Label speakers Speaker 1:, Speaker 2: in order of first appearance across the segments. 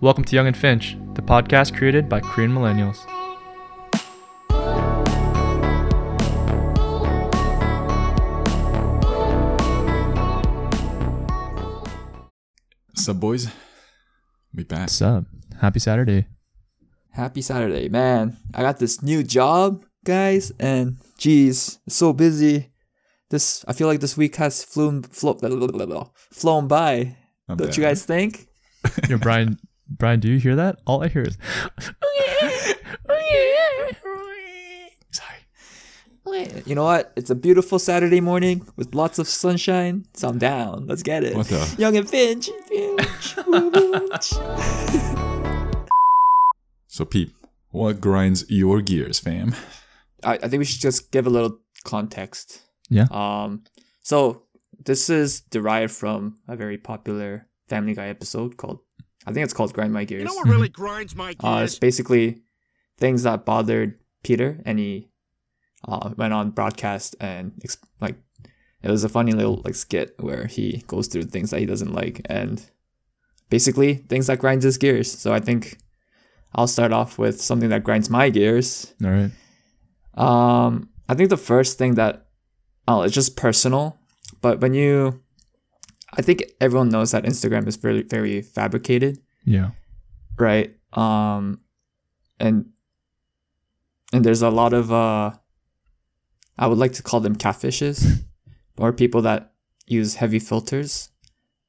Speaker 1: Welcome to Young and Finch, the podcast created by Korean millennials.
Speaker 2: Sub boys, we back.
Speaker 1: What's up? Happy Saturday.
Speaker 3: Happy Saturday, man. I got this new job, guys, and geez, it's so busy. This I feel like this week has flown flo- flown by.
Speaker 2: Not
Speaker 3: Don't
Speaker 2: bad.
Speaker 3: you guys think?
Speaker 1: You know, Brian, Brian, do you hear that? All I hear is,
Speaker 2: Sorry.
Speaker 3: You know what? It's a beautiful Saturday morning with lots of sunshine. So I'm down. Let's get it.
Speaker 2: What the-
Speaker 3: Young and Finch. Finch. woo, woo, ch-
Speaker 2: So peep, what grinds your gears, fam?
Speaker 3: I, I think we should just give a little context.
Speaker 1: Yeah.
Speaker 3: Um. So this is derived from a very popular Family Guy episode called, I think it's called "Grind My Gears."
Speaker 4: You know what really grinds my
Speaker 3: Uh, it's
Speaker 4: gears?
Speaker 3: basically things that bothered Peter, and he uh, went on broadcast and ex- like it was a funny little like skit where he goes through things that he doesn't like and basically things that grinds his gears. So I think I'll start off with something that grinds my gears.
Speaker 1: all right,
Speaker 3: Um, I think the first thing that oh, it's just personal, but when you, I think everyone knows that Instagram is very very fabricated
Speaker 1: yeah,
Speaker 3: right um and and there's a lot of uh i would like to call them catfishes or people that use heavy filters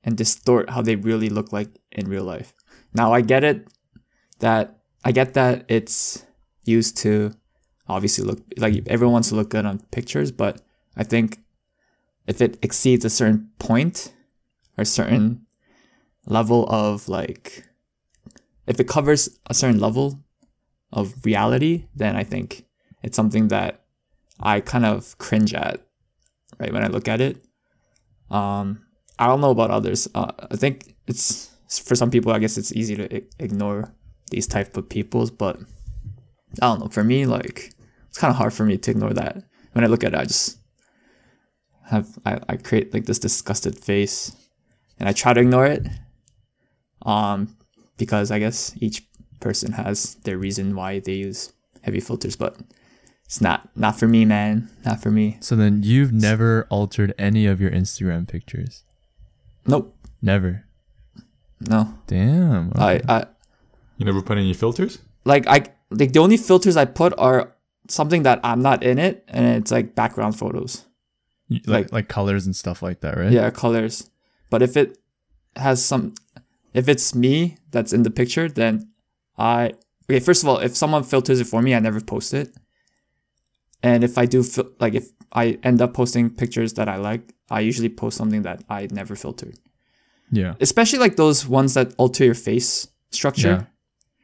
Speaker 3: and distort how they really look like in real life now i get it that i get that it's used to obviously look like everyone wants to look good on pictures but i think if it exceeds a certain point or certain level of like if it covers a certain level of reality, then I think it's something that I kind of cringe at, right? When I look at it, um, I don't know about others. Uh, I think it's for some people. I guess it's easy to i- ignore these type of peoples, but I don't know. For me, like it's kind of hard for me to ignore that. When I look at it, I just have I, I create like this disgusted face, and I try to ignore it. Um, because I guess each person has their reason why they use heavy filters, but it's not not for me, man. Not for me.
Speaker 1: so then you've never altered any of your Instagram pictures,
Speaker 3: Nope.
Speaker 1: never.
Speaker 3: No.
Speaker 1: Damn,
Speaker 3: I I
Speaker 2: You never put any filters?
Speaker 3: like I like the only filters I put are something that I'm not in it and it's like background photos.
Speaker 1: You- like, like colors and stuff like that, right?
Speaker 3: Yeah, colors. But if it has some if it's me that's in the picture, then I okay, first of all, if someone filters it for me, I never post it. And if I do fil- like if I end up posting pictures that I like, I usually post something that I never filtered.
Speaker 1: yeah,
Speaker 3: Especially like those ones that alter your face structure.
Speaker 1: Yeah,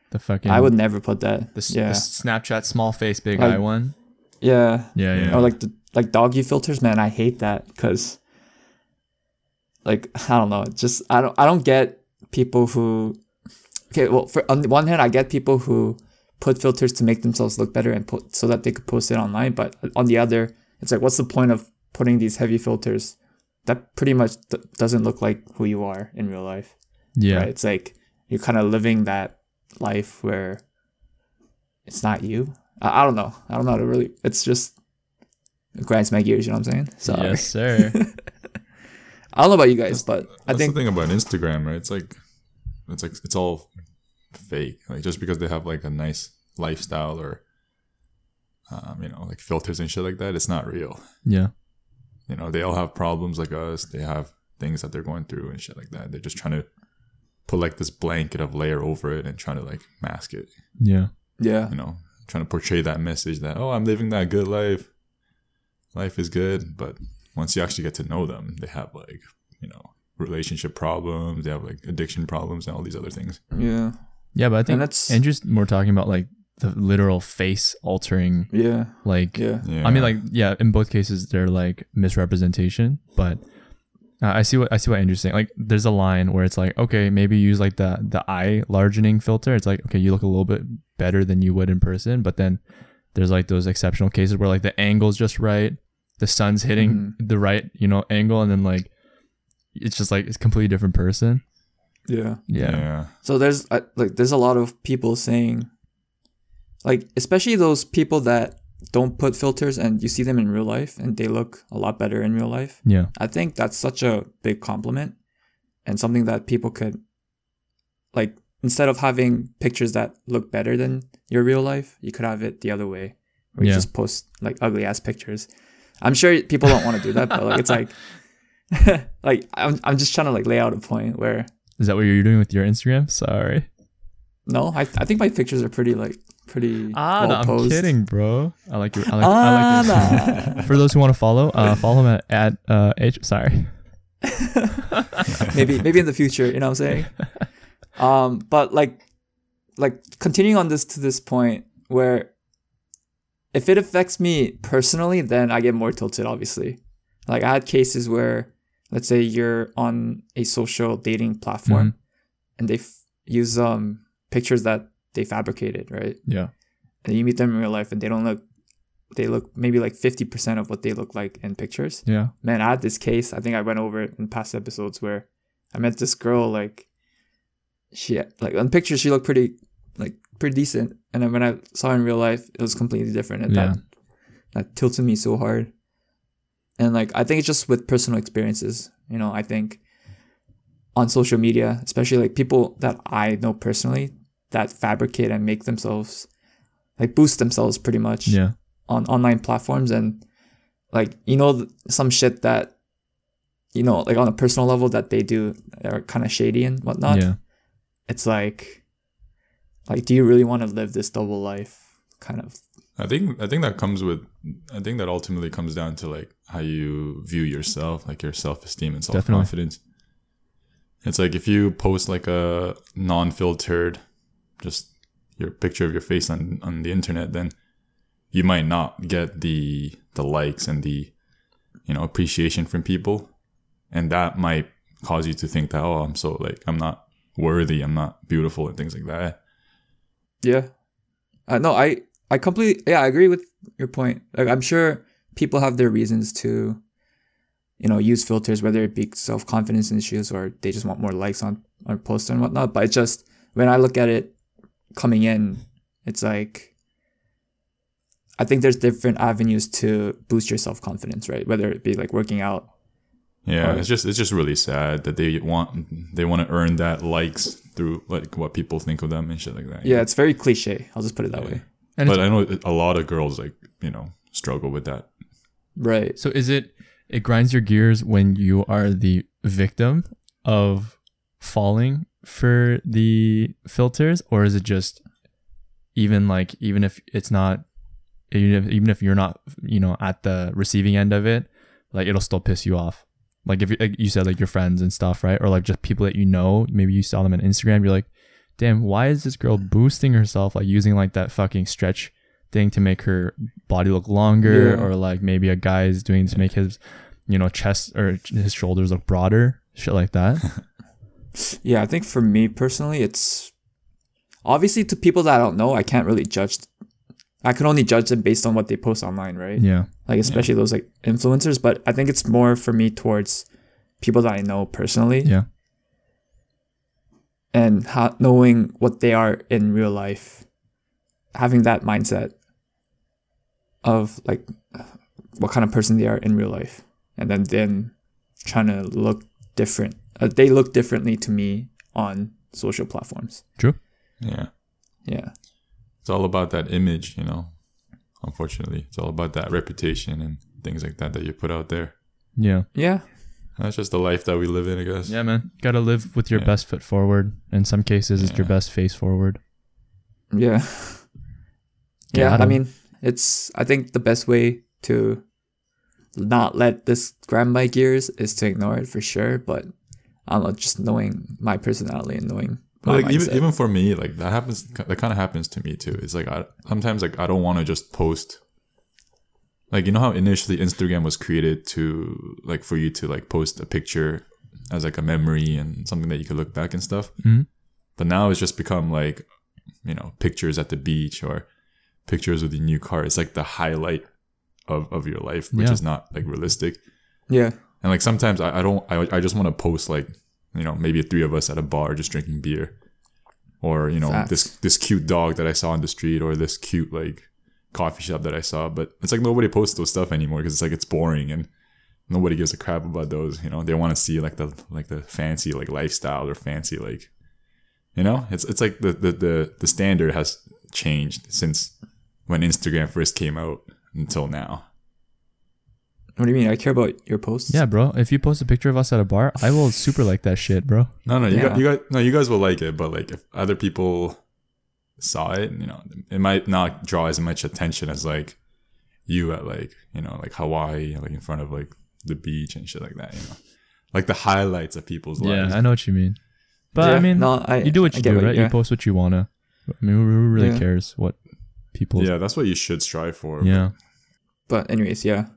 Speaker 1: The fucking
Speaker 3: I would never put that.
Speaker 1: the, s-
Speaker 3: yeah.
Speaker 1: the Snapchat small face big
Speaker 3: Like-
Speaker 1: eye one.
Speaker 3: yeah.
Speaker 1: Yeah, yeah.
Speaker 3: or like the like doggy filters man i hate that because like i don't know it's just i don't i don't get people who okay well for on the one hand i get people who put filters to make themselves look better and put so that they could post it online but on the other it's like what's the point of putting these heavy filters that pretty much d- doesn't look like who you are in real life
Speaker 1: yeah,
Speaker 3: right? It's like you're kind of living that life where it's not you. I, I don't know. I don't know how to really. It's just it grinds my gears. You know what I'm saying? Sorry.
Speaker 1: yes, sir.
Speaker 3: I don't know about you guys, but I
Speaker 2: That's
Speaker 3: think
Speaker 2: the thing about Instagram, right? It's like, it's like it's all fake. Like just because they have like a nice lifestyle or, um, you know, like filters and shit like that, it's not real.
Speaker 1: yeah,
Speaker 2: You know, they all have problems like us. They have things that they're going through and shit like that. They're just trying to put like this blanket of layer over it and trying to like mask it.
Speaker 1: yeah,
Speaker 3: yeah,
Speaker 2: you know, trying to portray that message that, oh, I'm living that good life. Life is good. But once you actually get to know them, they have like, you know, relationship problems, they have like addiction problems and all these other things.
Speaker 3: yeah,
Speaker 1: yeah. But I think
Speaker 3: that's-
Speaker 1: Andrew's more talking about like the literal face altering,
Speaker 3: yeah,
Speaker 1: like
Speaker 3: yeah,
Speaker 2: Yeah.
Speaker 1: I mean, like, yeah, in both cases, they're like misrepresentation, but uh, I see what I see what Andrew's saying. Like, there's a line where it's like, okay, maybe use like the the eye largening filter. It's like, okay, you look a little bit better than you would in person, but then there's like those exceptional cases where like the angle's just right, the sun's
Speaker 3: Mm-hmm.
Speaker 1: hitting the right, you know, angle, and then like it's just like it's a completely different person.
Speaker 3: Yeah.
Speaker 1: Yeah.
Speaker 2: yeah.
Speaker 3: So there's uh, like there's a lot of people saying, like especially those people that don't put filters and you see them in real life and they look a lot better in real life.
Speaker 1: Yeah.
Speaker 3: I think that's such a big compliment and something that people could like instead of having pictures that look better than your real life, you could have it the other way where you
Speaker 1: Yeah.
Speaker 3: just post like ugly ass pictures. I'm sure people don't want to do that, but like it's like like I'm I'm just trying to like lay out a point where
Speaker 1: Is that what you're doing with your Instagram? Sorry.
Speaker 3: no, I I think my pictures are pretty like pretty
Speaker 1: Ah, no,
Speaker 3: well
Speaker 1: I'm
Speaker 3: posed.
Speaker 1: kidding, bro. I like your. I like, I like your
Speaker 3: Ah,
Speaker 1: For those who want to follow, uh, follow him at, at uh, H. Sorry.
Speaker 3: nah. maybe maybe in the future, you know what I'm saying? Um, but like like continuing on this to this point where if it affects me personally, then I get more tilted, obviously. Like I had cases where let's say you're on a social dating platform and they f- use um pictures that they fabricated, right?
Speaker 1: Yeah.
Speaker 3: and you meet them in real life and they don't look they look maybe like 50% of what they look like in pictures
Speaker 1: Yeah.
Speaker 3: man i had this case i think i went over it in past episodes where i met this girl like she like on pictures she looked pretty like pretty decent and then when i saw her in real life it was completely different and
Speaker 1: Yeah.
Speaker 3: that that tilted me so hard and like i think it's just with personal experiences you know i think on social media especially like people that i know personally that fabricate and make themselves like boost themselves pretty much
Speaker 1: Yeah.
Speaker 3: on online platforms and like you know th- some shit that you know like on a personal level that they do are kind of shady and whatnot
Speaker 1: yeah.
Speaker 3: it's like like do you really want to live this double life kind of
Speaker 2: I think I think that comes with I think that ultimately comes down to like how you view yourself, like your self esteem and self confidence. It's like if you post like a non filtered just your picture of your face on, on the internet, then you might not get the the likes and the you know appreciation from people. And that might cause you to think that, oh, I'm so like I'm not worthy, I'm not beautiful and things like that.
Speaker 3: yeah uh, no i i completely yeah i agree with your point like i'm sure people have their reasons to you know use filters whether it be self-confidence issues or they just want more likes on on posts and whatnot but it's just when i look at it coming in it's like i think there's different avenues to boost your self-confidence right whether it be like working out
Speaker 2: Yeah,
Speaker 3: Right.
Speaker 2: it's just it's just really sad that they want they want to earn that likes through like what people think of them and shit like that.
Speaker 3: yeah it's very cliche i'll just put it that way
Speaker 1: And
Speaker 2: but I know a lot of girls like you know struggle with that.
Speaker 3: right
Speaker 1: So is it? It grinds your gears when you are the victim of falling for the filters, or is it just even like even if it's not even if, even if you're not you know at the receiving end of it, like it'll still piss you off. Like if you, like you said, like your friends and stuff, right? Or like just people that you know. Maybe you saw them on Instagram. You're like, damn, why is this
Speaker 2: Mm.
Speaker 1: girl boosting herself? Like using like that fucking stretch thing to make her body look longer,
Speaker 3: Yeah.
Speaker 1: or like maybe a guy is doing to make his, you know, chest or his shoulders look broader, shit like that.
Speaker 3: Yeah, I think for me personally, it's obviously to people that I don't know, I can't really judge. I can only judge them based on what they post online, right?
Speaker 1: yeah,
Speaker 3: Like especially those like influencers, but I think it's more for me towards people that I know personally
Speaker 1: yeah,
Speaker 3: and how, knowing what they are in real life, having that mindset of like what kind of person they are in real life, and then then trying to look different. Uh, they look differently to me on social platforms.
Speaker 1: true.
Speaker 2: Yeah,
Speaker 3: Yeah.
Speaker 2: it's all about that image, you know. Unfortunately, it's all about that reputation and things like that that you put out there.
Speaker 1: Yeah,
Speaker 3: Yeah.
Speaker 2: That's just the life that we live in, I guess.
Speaker 1: yeah, man. Gotta live with your
Speaker 2: Yeah.
Speaker 1: best foot forward. In some cases, it's your
Speaker 2: Yeah.
Speaker 1: best face forward.
Speaker 3: Yeah.
Speaker 1: Yeah,
Speaker 3: Yeah.
Speaker 1: I
Speaker 3: I
Speaker 1: don't-
Speaker 3: mean, it's, I think the best way to not let this grind my gears is to ignore it for sure. But I'm just knowing my personality and knowing my
Speaker 2: But like even
Speaker 3: mindset.
Speaker 2: even for me, like that happens. That kind of happens to me too. It's like I sometimes like I don't want to just post. Like you know how initially Instagram was created to like for you to like post a picture as like a memory and something that you could look back and stuff.
Speaker 1: Mhm.
Speaker 2: But now it's just become like, you know, pictures at the beach or pictures with your new car. It's like the highlight of of your life, which
Speaker 1: Yeah.
Speaker 2: is not like realistic
Speaker 3: yeah.
Speaker 2: and like sometimes I, I don't I, I just want to post like you know, maybe three of us at a bar just drinking beer, or you know,
Speaker 3: Facts.
Speaker 2: this this cute dog that I saw on the street, or this cute like coffee shop that I saw. But it's like nobody posts those stuff anymore because it's like it's boring and nobody gives a crap about those. You know, they want to see like the like the fancy like lifestyle or fancy like, you know, it's it's like the the the, the standard has changed since when Instagram first came out until now.
Speaker 3: What do you mean? I care about your posts.
Speaker 1: Yeah, bro. If you post a picture of us at a bar, I will super like that shit, bro.
Speaker 2: No, no, you,
Speaker 3: Yeah.
Speaker 2: got, you guys, no, you guys will like it, but like if other people saw it, you know, it might not draw as much attention as like you at like you know like Hawaii, like in front of like the beach and shit like that. You know, like the highlights of people's
Speaker 1: Yeah,
Speaker 2: lives.
Speaker 1: I know what you mean. But I
Speaker 3: Yeah,
Speaker 1: mean,
Speaker 3: no, I-
Speaker 1: you do what
Speaker 3: I
Speaker 1: you
Speaker 3: get
Speaker 1: do,
Speaker 3: what-
Speaker 1: right?
Speaker 3: yeah.
Speaker 1: You post what you wanna. I mean, who- who really
Speaker 3: Yeah.
Speaker 1: cares what people?
Speaker 2: Yeah, that's what you should strive for.
Speaker 1: yeah.
Speaker 3: But anyways, yeah,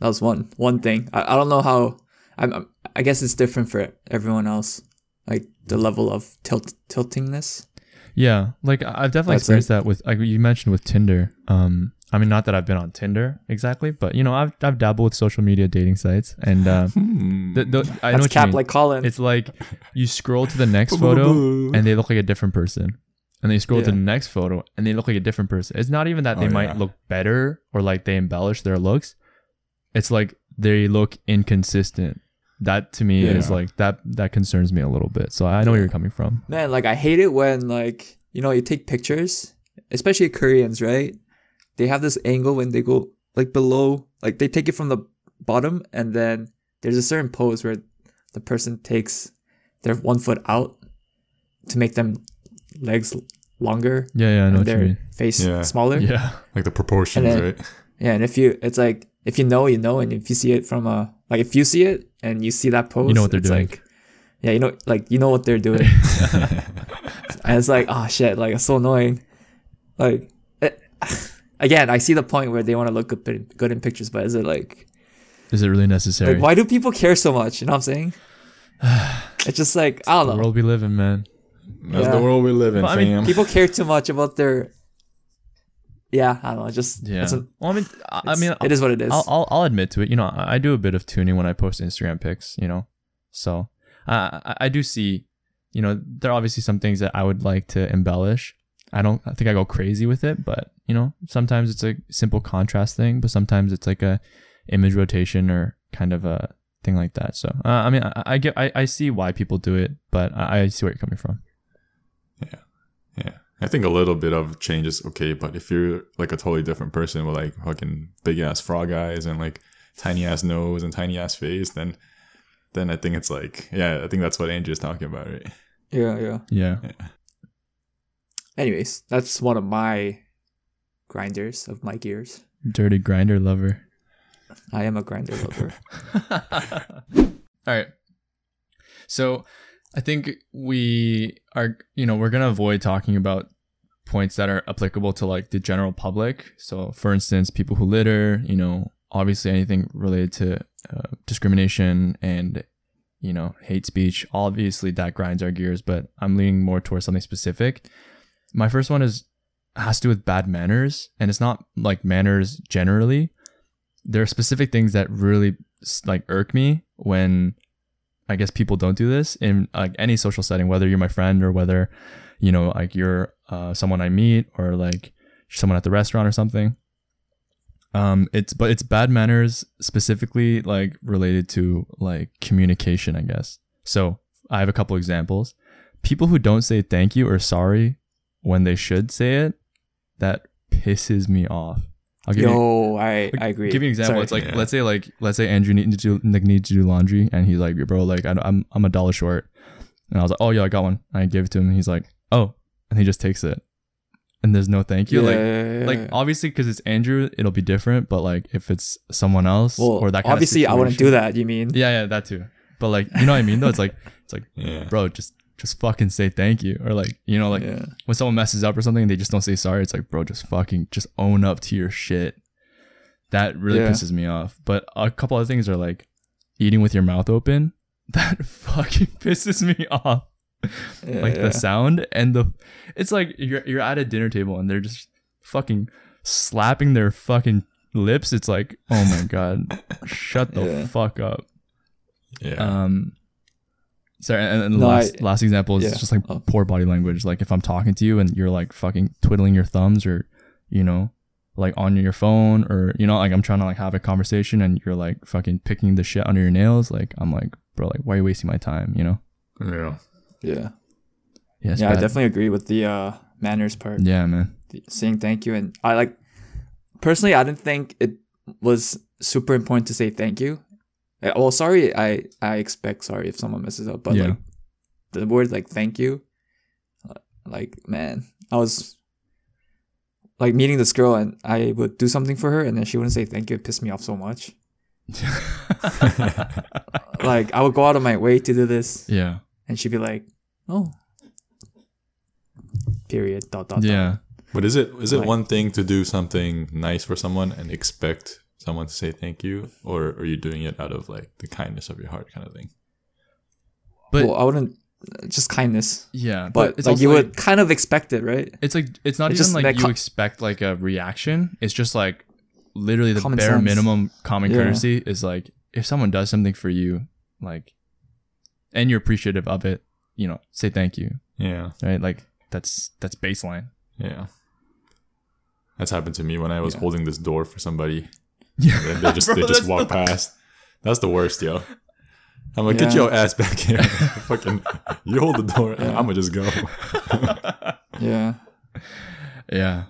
Speaker 3: that was one one thing. I, I don't know how. I'm, I'm. I guess it's different for everyone else. Like the level of tilt tiltingness.
Speaker 1: Yeah, like I- I've definitely
Speaker 3: That's
Speaker 1: experienced that with like you mentioned with Tinder. Um, I mean, not that I've been on Tinder exactly, but you know, I've I've dabbled with social media dating sites, and uh,
Speaker 2: Hmm.
Speaker 1: th- th- I know
Speaker 3: That's
Speaker 1: what you
Speaker 3: cap
Speaker 1: mean.
Speaker 3: like Colin.
Speaker 1: it's like you scroll to the next
Speaker 2: Boo,
Speaker 1: photo
Speaker 2: boo, boo.
Speaker 1: and they look like a different person, and then you scroll to
Speaker 3: Yeah.
Speaker 1: the next photo and they look like a different person. It's not even that they
Speaker 2: Oh,
Speaker 1: might
Speaker 2: yeah.
Speaker 1: look better or like they embellish their looks. It's like they look inconsistent. That to me is
Speaker 2: Yeah.
Speaker 1: like that that concerns me a little bit. So I know where you're coming from.
Speaker 3: Man, like I hate it when like you know you take pictures, especially Koreans, right? They have this angle when they go like below, like they take it from the bottom, and then there's a certain pose where the person takes their one foot out to make them legs longer
Speaker 1: Yeah, yeah, I know what
Speaker 3: and
Speaker 1: you
Speaker 3: their
Speaker 1: mean.
Speaker 3: face
Speaker 2: Yeah.
Speaker 3: smaller. Yeah.
Speaker 1: Yeah.
Speaker 2: like the proportions,
Speaker 3: and then-
Speaker 2: right?
Speaker 3: and if you, it's like if you know, you know, and if you see it from a like if you see it and you see that pose,
Speaker 1: know what they're
Speaker 3: it's
Speaker 1: doing.
Speaker 3: Like, yeah, you know, like you know what they're doing. And it's like, oh shit, like it's so annoying. Like, it, again, I see the point where they want to look good, in- good in pictures, but is it like,
Speaker 1: Is it really necessary?
Speaker 3: like, why do people care so much? You know what I'm saying? it's just like I
Speaker 1: the
Speaker 3: don't know.
Speaker 1: world we live in, man.
Speaker 2: That's
Speaker 3: Yeah.
Speaker 2: the world we live in,
Speaker 1: But I mean,
Speaker 2: fam.
Speaker 3: People care too much about their. Yeah, I don't know. Just
Speaker 1: Yeah.
Speaker 3: yeah. It's an,
Speaker 1: well, I mean, I, I
Speaker 3: it's-
Speaker 1: mean,
Speaker 3: it is what it is.
Speaker 1: I'll, I'll I'll admit to it. You know, I I do a bit of tuning when I post Instagram pics. You know, so uh, I I do see. You know, there are obviously some things that I would like to embellish. I don't. I think I go crazy with it, but you know, sometimes it's a simple contrast thing, but sometimes it's like a image rotation or kind of a thing like that. So uh, I mean, I, I get, I, I see why people do it, but I, I see where you're coming from.
Speaker 2: Yeah. I think a little bit of change is okay, but if you're like a totally different person with like fucking big ass frog eyes and like tiny ass nose and tiny ass face, then then I think it's like yeah, I think that's what Andrew's talking about, right?
Speaker 3: yeah, yeah.
Speaker 1: Yeah.
Speaker 3: Anyways, that's one of my grinders of my gears.
Speaker 1: Dirty grinder lover.
Speaker 3: I am a grinder lover.
Speaker 1: All right. So I think we are, you know, we're going to avoid talking about points that are applicable to like the general public. So, for instance, people who litter, you know, obviously anything related to uh, discrimination and, you know, hate speech, obviously that grinds our gears, but I'm leaning more towards something specific. My first one is has to do with bad manners, and it's not like manners generally. There are specific things that really s- like irk me when I guess people don't do this in like any social setting, whether you're my friend or whether you know like you're uh, someone I meet or like someone at the restaurant or something. Um, it's but it's bad manners specifically like related to like communication, I guess. So I have a couple examples. People who don't say thank you or sorry when they should say it, that pisses me off. I'll give you-
Speaker 3: Yo, I,
Speaker 1: like,
Speaker 3: I agree.
Speaker 1: Give you an example.
Speaker 3: Sorry.
Speaker 1: It's like
Speaker 2: Yeah.
Speaker 1: let's say like let's say Andrew need to do, like, needs to do laundry, and he's like, bro, like I, I'm I'm a dollar short, and I was like, oh yeah, I got one. And I give it to him, and he's like, oh, and he just takes it, and there's no thank you. Like
Speaker 3: Yeah.
Speaker 1: like obviously because it's Andrew, it'll be different. But like if it's someone else
Speaker 3: Well,
Speaker 1: or that kind
Speaker 3: obviously
Speaker 1: of
Speaker 3: I wouldn't
Speaker 1: situation-
Speaker 3: do that. You mean?
Speaker 1: Yeah, yeah, that too. But like you know what I mean though. It's like it's like
Speaker 2: Yeah.
Speaker 1: bro, just just fucking say thank you or like you know like
Speaker 3: yeah.
Speaker 1: when someone messes up or something and they just don't say sorry, it's like, bro, just fucking just own up to your shit. That really
Speaker 3: Yeah.
Speaker 1: pisses me off. But a couple other things are like eating with your mouth open. That fucking pisses me off. like
Speaker 3: yeah.
Speaker 1: the sound and the it's like you're you're at a dinner table and they're just fucking slapping their fucking lips. It's like, oh my god, shut the
Speaker 3: Yeah.
Speaker 2: Um,
Speaker 1: fuck up.
Speaker 2: Yeah.
Speaker 1: Um Sorry, and, and the
Speaker 3: No,
Speaker 1: last
Speaker 3: I-
Speaker 1: last example is
Speaker 3: yeah.
Speaker 1: just like
Speaker 3: Oh.
Speaker 1: poor body language. Like if I'm talking to you and you're like fucking twiddling your thumbs or you know like on your phone or you know like I'm trying to like have a conversation and you're like fucking picking the shit under your nails. Like I'm like bro, like why are you wasting my time? You know?
Speaker 2: Yeah.
Speaker 3: Yeah.
Speaker 1: Yeah, it's
Speaker 3: yeah, I
Speaker 1: bad.
Speaker 3: definitely agree with the uh, manners part.
Speaker 1: Yeah, man.
Speaker 3: The- Saying thank you and I like personally I didn't think it was super important to say thank you. Uh, Well, sorry, I I expect sorry if someone messes up, but
Speaker 1: Yeah.
Speaker 3: like the word like thank you, uh, like man, I was like meeting this girl and I would do something for her and then she wouldn't say thank you. It pissed me off so much. Like I would go out of my way to do this
Speaker 1: yeah.
Speaker 3: and she'd be like, oh. Period. Dot dot. dot.
Speaker 1: Yeah.
Speaker 2: But is it is it
Speaker 3: Like-
Speaker 2: one thing to do something nice for someone and expect someone to say thank you, or are you doing it out of like the kindness of your heart kind of thing?
Speaker 1: But
Speaker 3: well, I wouldn't just kindness,
Speaker 1: yeah, but,
Speaker 3: but,
Speaker 1: it's
Speaker 3: like
Speaker 1: also
Speaker 3: you
Speaker 1: like-
Speaker 3: would kind of expect it, right?
Speaker 1: it's like it's not
Speaker 3: It's
Speaker 1: even
Speaker 3: just
Speaker 1: like
Speaker 3: that
Speaker 1: you
Speaker 3: co-
Speaker 1: expect like a reaction. It's just like literally the
Speaker 3: Common
Speaker 1: bare
Speaker 3: sense.
Speaker 1: minimum common
Speaker 3: Yeah.
Speaker 1: courtesy is like if someone does something for you, like, and you're appreciative of it, you know, say thank you,
Speaker 2: Yeah,
Speaker 1: right? Like that's that's baseline.
Speaker 2: yeah. That's happened to me when I was
Speaker 3: Yeah.
Speaker 2: holding this door for somebody.
Speaker 1: Yeah,
Speaker 2: And they just they just walk past. That's the worst, yo. I'm like, get
Speaker 3: Yeah.
Speaker 2: your ass back here. Fucking, you hold the door.
Speaker 3: Yeah.
Speaker 2: I'ma just go.
Speaker 3: Yeah,
Speaker 1: Yeah.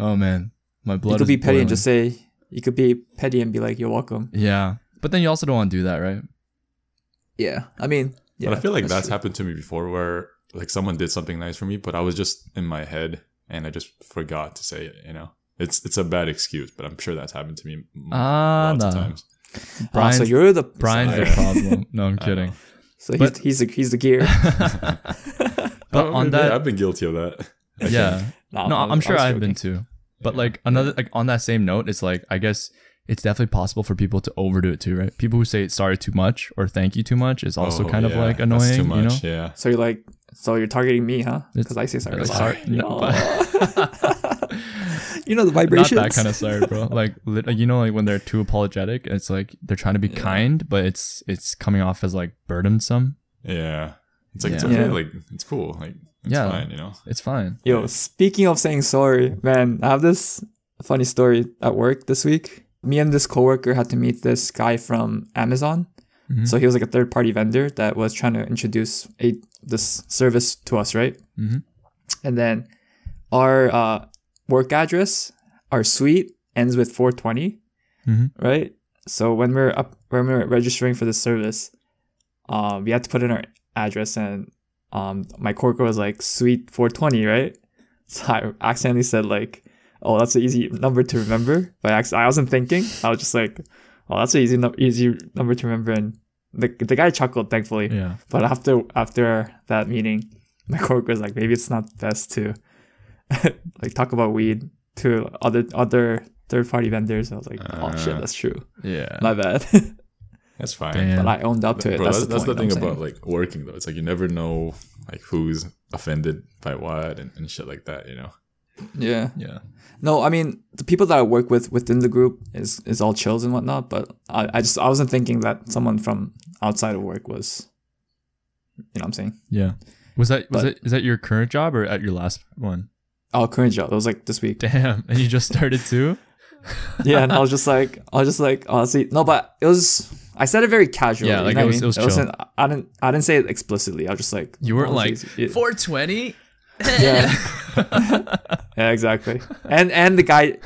Speaker 1: Oh man, my blood.
Speaker 3: you could
Speaker 1: is
Speaker 3: be petty
Speaker 1: boiling.
Speaker 3: and just say you could be petty and be like, "You're welcome."
Speaker 1: Yeah, but then you also don't want to do that, right?
Speaker 3: Yeah, I mean, yeah,
Speaker 2: but I feel like that's
Speaker 3: true.
Speaker 2: happened to me before, where like someone did something nice for me, but I was just in my head and I just forgot to say it. You know, it's it's a bad excuse, but I'm sure that's happened to me m-
Speaker 1: Ah,
Speaker 2: lots
Speaker 1: no.
Speaker 2: of times.
Speaker 3: Ah, so
Speaker 1: Brian's-
Speaker 3: you're the
Speaker 1: Brian's the
Speaker 2: Sorry.
Speaker 1: problem. No, I'm
Speaker 2: I don't
Speaker 1: kidding.
Speaker 2: know.
Speaker 3: So he's
Speaker 1: but-
Speaker 3: he's the, he's the gear.
Speaker 1: But
Speaker 2: Oh,
Speaker 1: on
Speaker 2: yeah,
Speaker 1: that,
Speaker 2: I've been guilty of that. I think.
Speaker 1: yeah.
Speaker 3: Nah,
Speaker 1: no,
Speaker 3: I was-
Speaker 1: I'm sure
Speaker 3: I was
Speaker 1: I've been
Speaker 3: joking.
Speaker 1: too. But
Speaker 2: Yeah.
Speaker 1: like another like on that same note, it's like I guess it's definitely possible for people to overdo it too, right? People who say sorry too much or thank you too much is also
Speaker 2: Oh,
Speaker 1: kind of
Speaker 2: yeah,
Speaker 1: like
Speaker 2: that's
Speaker 1: annoying,
Speaker 2: too
Speaker 1: you know?
Speaker 2: much, Yeah.
Speaker 3: So you're like, so you're targeting me, huh?
Speaker 1: It's-
Speaker 3: Because I say sorry.
Speaker 1: Like,
Speaker 3: a lot.
Speaker 1: sorry, no, but-
Speaker 3: you know the
Speaker 1: not
Speaker 3: vibrations.
Speaker 1: that kind of sorry, bro. Like lit- like, you know, like when they're too apologetic, it's like they're trying to be kind, but it's it's coming off as like burdensome.
Speaker 2: Yeah. It's like it's
Speaker 1: Yeah.
Speaker 2: okay,
Speaker 3: Yeah.
Speaker 2: like it's cool, like it's
Speaker 1: Yeah.
Speaker 2: fine, you know.
Speaker 1: It's fine.
Speaker 3: Yo, speaking of saying sorry, man, I have this funny story at work this week. Me and this coworker had to meet this guy from Amazon.
Speaker 1: Mhm.
Speaker 3: So he was like a third party vendor that was trying to introduce a this service to us, right?
Speaker 1: Mhm.
Speaker 3: And then our uh, work address, our suite ends with 420,
Speaker 1: Mhm.
Speaker 3: right? So when we're up, when we're registering for this service, um, we had to put in our address, and um, my coworker was like suite 420, right? So I accidentally said like, oh, that's an easy number to remember. But I, I wasn't thinking. I was just like, oh, that's an easy, num- easy number to remember. And the, the guy chuckled, thankfully.
Speaker 1: Yeah.
Speaker 3: But after after that meeting, my coworker was like, maybe it's not best to like talk about weed to other other third party vendors. I was like, oh shit,
Speaker 2: Uh,
Speaker 3: that's true.
Speaker 1: Yeah.
Speaker 3: My bad.
Speaker 2: That's fine.
Speaker 1: Damn.
Speaker 3: but I owned up to it.
Speaker 2: Bro, that's,
Speaker 3: that's, the,
Speaker 2: that's the
Speaker 3: point I'm
Speaker 2: thing
Speaker 3: saying.
Speaker 2: about like working though. It's like you never know like who's offended by what and, and shit like that, you know.
Speaker 3: yeah.
Speaker 1: yeah.
Speaker 3: No, I mean the people that I work with within the group is is all chills and whatnot. But I, I just I wasn't thinking that someone from outside of work was, you know, what I'm saying
Speaker 1: Yeah. Was that was
Speaker 3: But-
Speaker 1: it is that your current job or at your last one?
Speaker 3: our current job. It was like this week.
Speaker 1: Damn. And you just started too?
Speaker 3: yeah, and I was just like, I was just like, oh, see, no, but it was. I said it very casually.
Speaker 1: Yeah,
Speaker 3: you
Speaker 1: like,
Speaker 3: know
Speaker 1: it
Speaker 3: what I
Speaker 1: was- it
Speaker 3: mean?
Speaker 1: was chill.
Speaker 3: wasn't- I didn't. I didn't say it explicitly. I was just like,
Speaker 1: You weren't
Speaker 3: oh,
Speaker 1: like
Speaker 3: it's easy. Yeah.
Speaker 1: 420?
Speaker 3: yeah. yeah, exactly. And and the guy,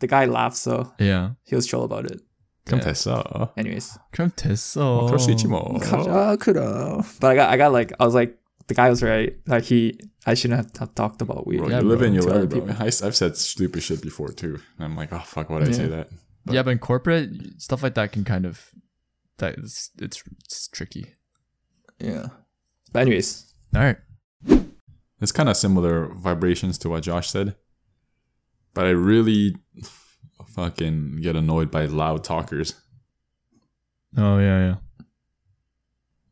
Speaker 3: the guy laughed, so
Speaker 1: Yeah.
Speaker 3: he was chill about it.
Speaker 2: Confessa.
Speaker 3: Anyways,
Speaker 1: Contesto.
Speaker 2: Oh,
Speaker 3: Kaja kudo. but I got I got like I was like the guy was right. Like he, I shouldn't have t- talked about weed.
Speaker 2: Bro,
Speaker 1: Yeah,
Speaker 2: you live
Speaker 1: bro,
Speaker 2: in your
Speaker 3: to other
Speaker 2: learn, bro.
Speaker 3: people.
Speaker 2: I, have said stupid shit before too. And I'm like, oh fuck, why did I say
Speaker 3: Yeah.
Speaker 2: that?
Speaker 1: Yeah, but in corporate stuff like that can kind of that it's, it's it's tricky.
Speaker 3: Yeah. But anyways,
Speaker 1: All right.
Speaker 2: It's kind of similar vibrations to what Josh said, but I really fucking get annoyed by loud talkers,
Speaker 1: Oh yeah, yeah.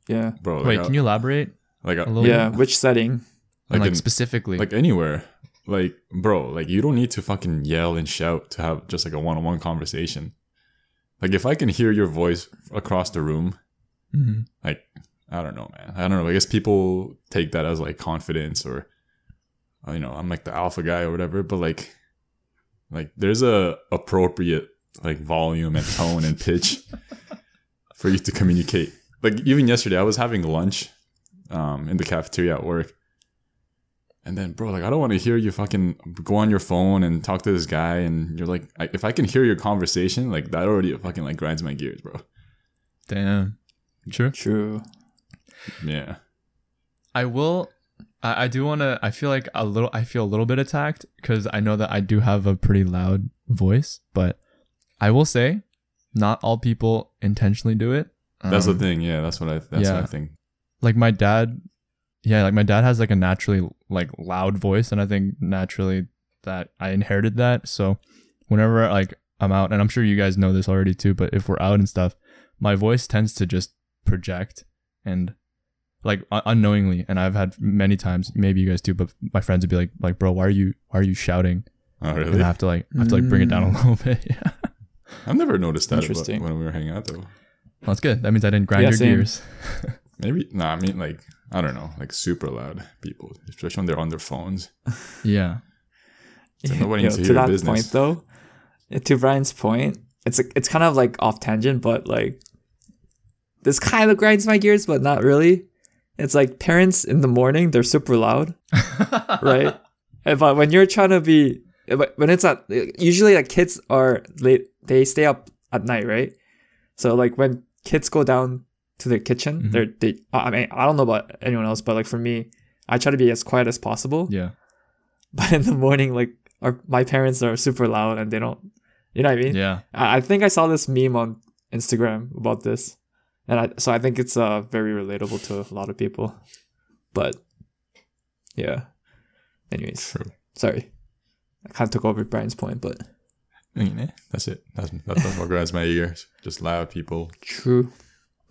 Speaker 3: yeah,
Speaker 2: bro. Like
Speaker 1: Wait,
Speaker 2: I-
Speaker 1: can you elaborate
Speaker 2: like
Speaker 1: a
Speaker 2: a,
Speaker 1: little?
Speaker 3: yeah.
Speaker 1: bit?
Speaker 3: Which setting?
Speaker 1: And, like
Speaker 2: in-
Speaker 1: specifically.
Speaker 2: like anywhere like bro like you don't need to fucking yell and shout to have just like a one-on-one conversation like if i can hear your voice across the room
Speaker 1: Mhm.
Speaker 2: like I don't know, man. I don't know. I guess people take that as like confidence or uh, you know, I'm like the alpha guy or whatever, but like like there's a appropriate like volume and tone and pitch for you to communicate. Like even yesterday I was having lunch um in the cafeteria at work. And then bro, like I don't want to hear you fucking go on your phone and talk to this guy and you're like I, if I can hear your conversation, like that already fucking like grinds my gears, bro.
Speaker 1: Damn. Sure.
Speaker 3: True.
Speaker 2: Yeah.
Speaker 1: I will. I, I do want to. I feel like a little. I feel a little bit attacked because I know that I do have a pretty loud voice, but I will say, not all people intentionally do it.
Speaker 2: That's
Speaker 1: Um,
Speaker 2: the thing. Yeah, that's what I that's
Speaker 1: yeah.
Speaker 2: what I think.
Speaker 1: like my dad yeah like my dad has like a naturally like loud voice and i think naturally that i inherited that so whenever like i'm out and i'm sure you guys know this already too but if we're out and stuff my voice tends to just project and like un- unknowingly and i've had many times maybe you guys do but my friends would be like like bro why are you why are you shouting
Speaker 2: Oh
Speaker 1: and
Speaker 2: really?
Speaker 1: i have to like I have to like bring it
Speaker 3: Mm.
Speaker 1: down a little bit yeah
Speaker 2: I've never noticed that about
Speaker 3: Interesting.
Speaker 2: when we were hanging out though.
Speaker 1: well, that's good that means i didn't grind
Speaker 3: Yeah,
Speaker 1: your
Speaker 3: same.
Speaker 1: gears
Speaker 2: Maybe no, I mean like I don't know, like super loud people, especially when they're on their phones.
Speaker 1: yeah
Speaker 2: So nobody
Speaker 3: Yo,
Speaker 2: needs to
Speaker 3: to
Speaker 2: hear your
Speaker 3: that
Speaker 2: business.
Speaker 3: point though, uh, to Brian's point, it's it's kind of like off tangent, but like this kind of grinds my gears, but not really. It's like parents in the morning, they're super loud, right? And, but when you're trying to be, eh, but when it's at, usually like kids are late, they stay up at night, right? So like when kids go down to their kitchen,
Speaker 2: Mm-hmm.
Speaker 1: Mhm.
Speaker 3: they're they. I I mean, I don't know about anyone else, but like for me, I try to be as quiet as possible
Speaker 1: yeah
Speaker 3: but in the morning, like our my parents are super loud and they don't, you know what I mean?
Speaker 1: yeah
Speaker 3: I, I think I saw this meme on Instagram about this, and I so I think it's uh very relatable to a lot of people, but yeah. Anyways,
Speaker 2: True.
Speaker 3: sorry, I kind of took over Brian's point, but
Speaker 2: I mean, eh, that's it. That's that's what grinds my ears. Just loud people,
Speaker 3: true.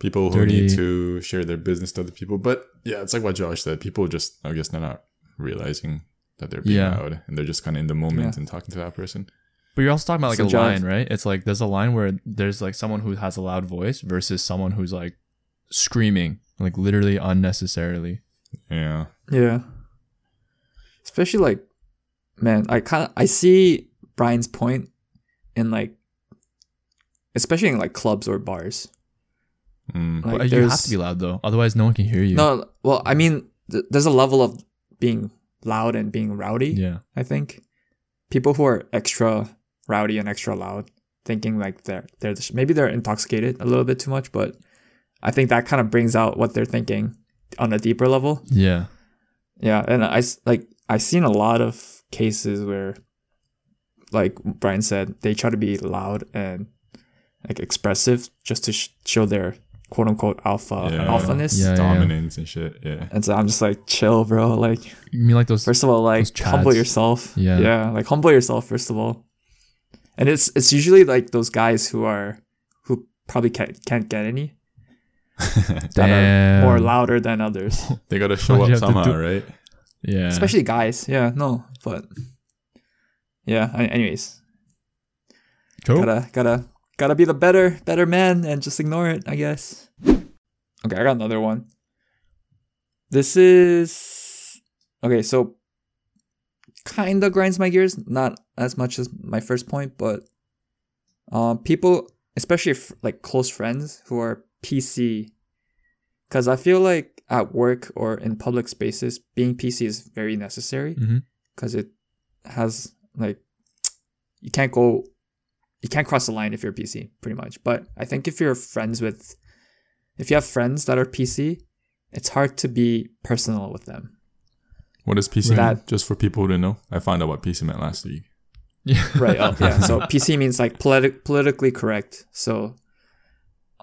Speaker 2: people who
Speaker 1: Dirty.
Speaker 2: need to share their business to other people. But yeah, it's like what Josh said. People just, I guess, they're not realizing that they're being
Speaker 1: Yeah.
Speaker 2: loud, and they're just kind of in the moment and talking to that person.
Speaker 1: But you're also talking about like
Speaker 3: So
Speaker 1: a
Speaker 3: Josh-
Speaker 1: line, right? It's like there's a line where there's like someone who has a loud voice versus someone who's like screaming, like literally unnecessarily.
Speaker 2: Yeah,
Speaker 3: Yeah. Especially like, man, I kind of I see Brian's point in like, especially in like clubs or bars.
Speaker 2: mm.
Speaker 3: Like
Speaker 1: But you have to be loud though, otherwise no one can hear you.
Speaker 3: No, well, I mean, th- there's a level of being loud and being rowdy.
Speaker 1: Yeah.
Speaker 3: I think people who are extra rowdy and extra loud, thinking like they're they're maybe they're intoxicated a little bit too much, but I think that kind of brings out what they're thinking on a deeper level.
Speaker 1: Yeah.
Speaker 3: Yeah, and I s- like I've seen a lot of cases where, like Brian said, they try to be loud and like expressive just to sh- show their quote unquote alpha
Speaker 2: Yeah.
Speaker 3: alphaness.
Speaker 1: Yeah, yeah, yeah.
Speaker 2: dominance and shit. Yeah,
Speaker 3: And so I'm just like, chill, bro. Like,
Speaker 1: You mean like those
Speaker 3: first of all, like
Speaker 1: Those
Speaker 3: humble
Speaker 1: chads.
Speaker 3: yourself.
Speaker 1: Yeah.
Speaker 3: Yeah. Like humble yourself first of all. And it's it's usually like those guys who are who probably can't can't get any that
Speaker 1: damn
Speaker 3: are more louder than others.
Speaker 2: they gotta show
Speaker 1: Why'd you
Speaker 2: up
Speaker 1: have to
Speaker 2: somehow,
Speaker 1: do-
Speaker 2: right?
Speaker 1: Yeah.
Speaker 3: Especially guys. Yeah. No. But yeah. I- Anyways,
Speaker 1: Cool.
Speaker 3: gotta gotta gotta be the better better man and just ignore it. I guess. Okay, I got another one. This is okay. So kind of grinds my gears, not as much as my first point, but um, people, especially f- like close friends who are PC, because I feel like at work or in public spaces, being PC is very necessary
Speaker 1: Mhm.
Speaker 3: because it has like you can't go, you can't cross the line if you're PC, pretty much. But I think if you're friends with, if you have friends that are PC, it's hard to be personal with them.
Speaker 2: What is PC?
Speaker 3: That-
Speaker 2: mean? Just for people who didn't know, I found out what PC meant last week.
Speaker 1: Yeah.
Speaker 3: right up yeah so pc means like politi- politically correct so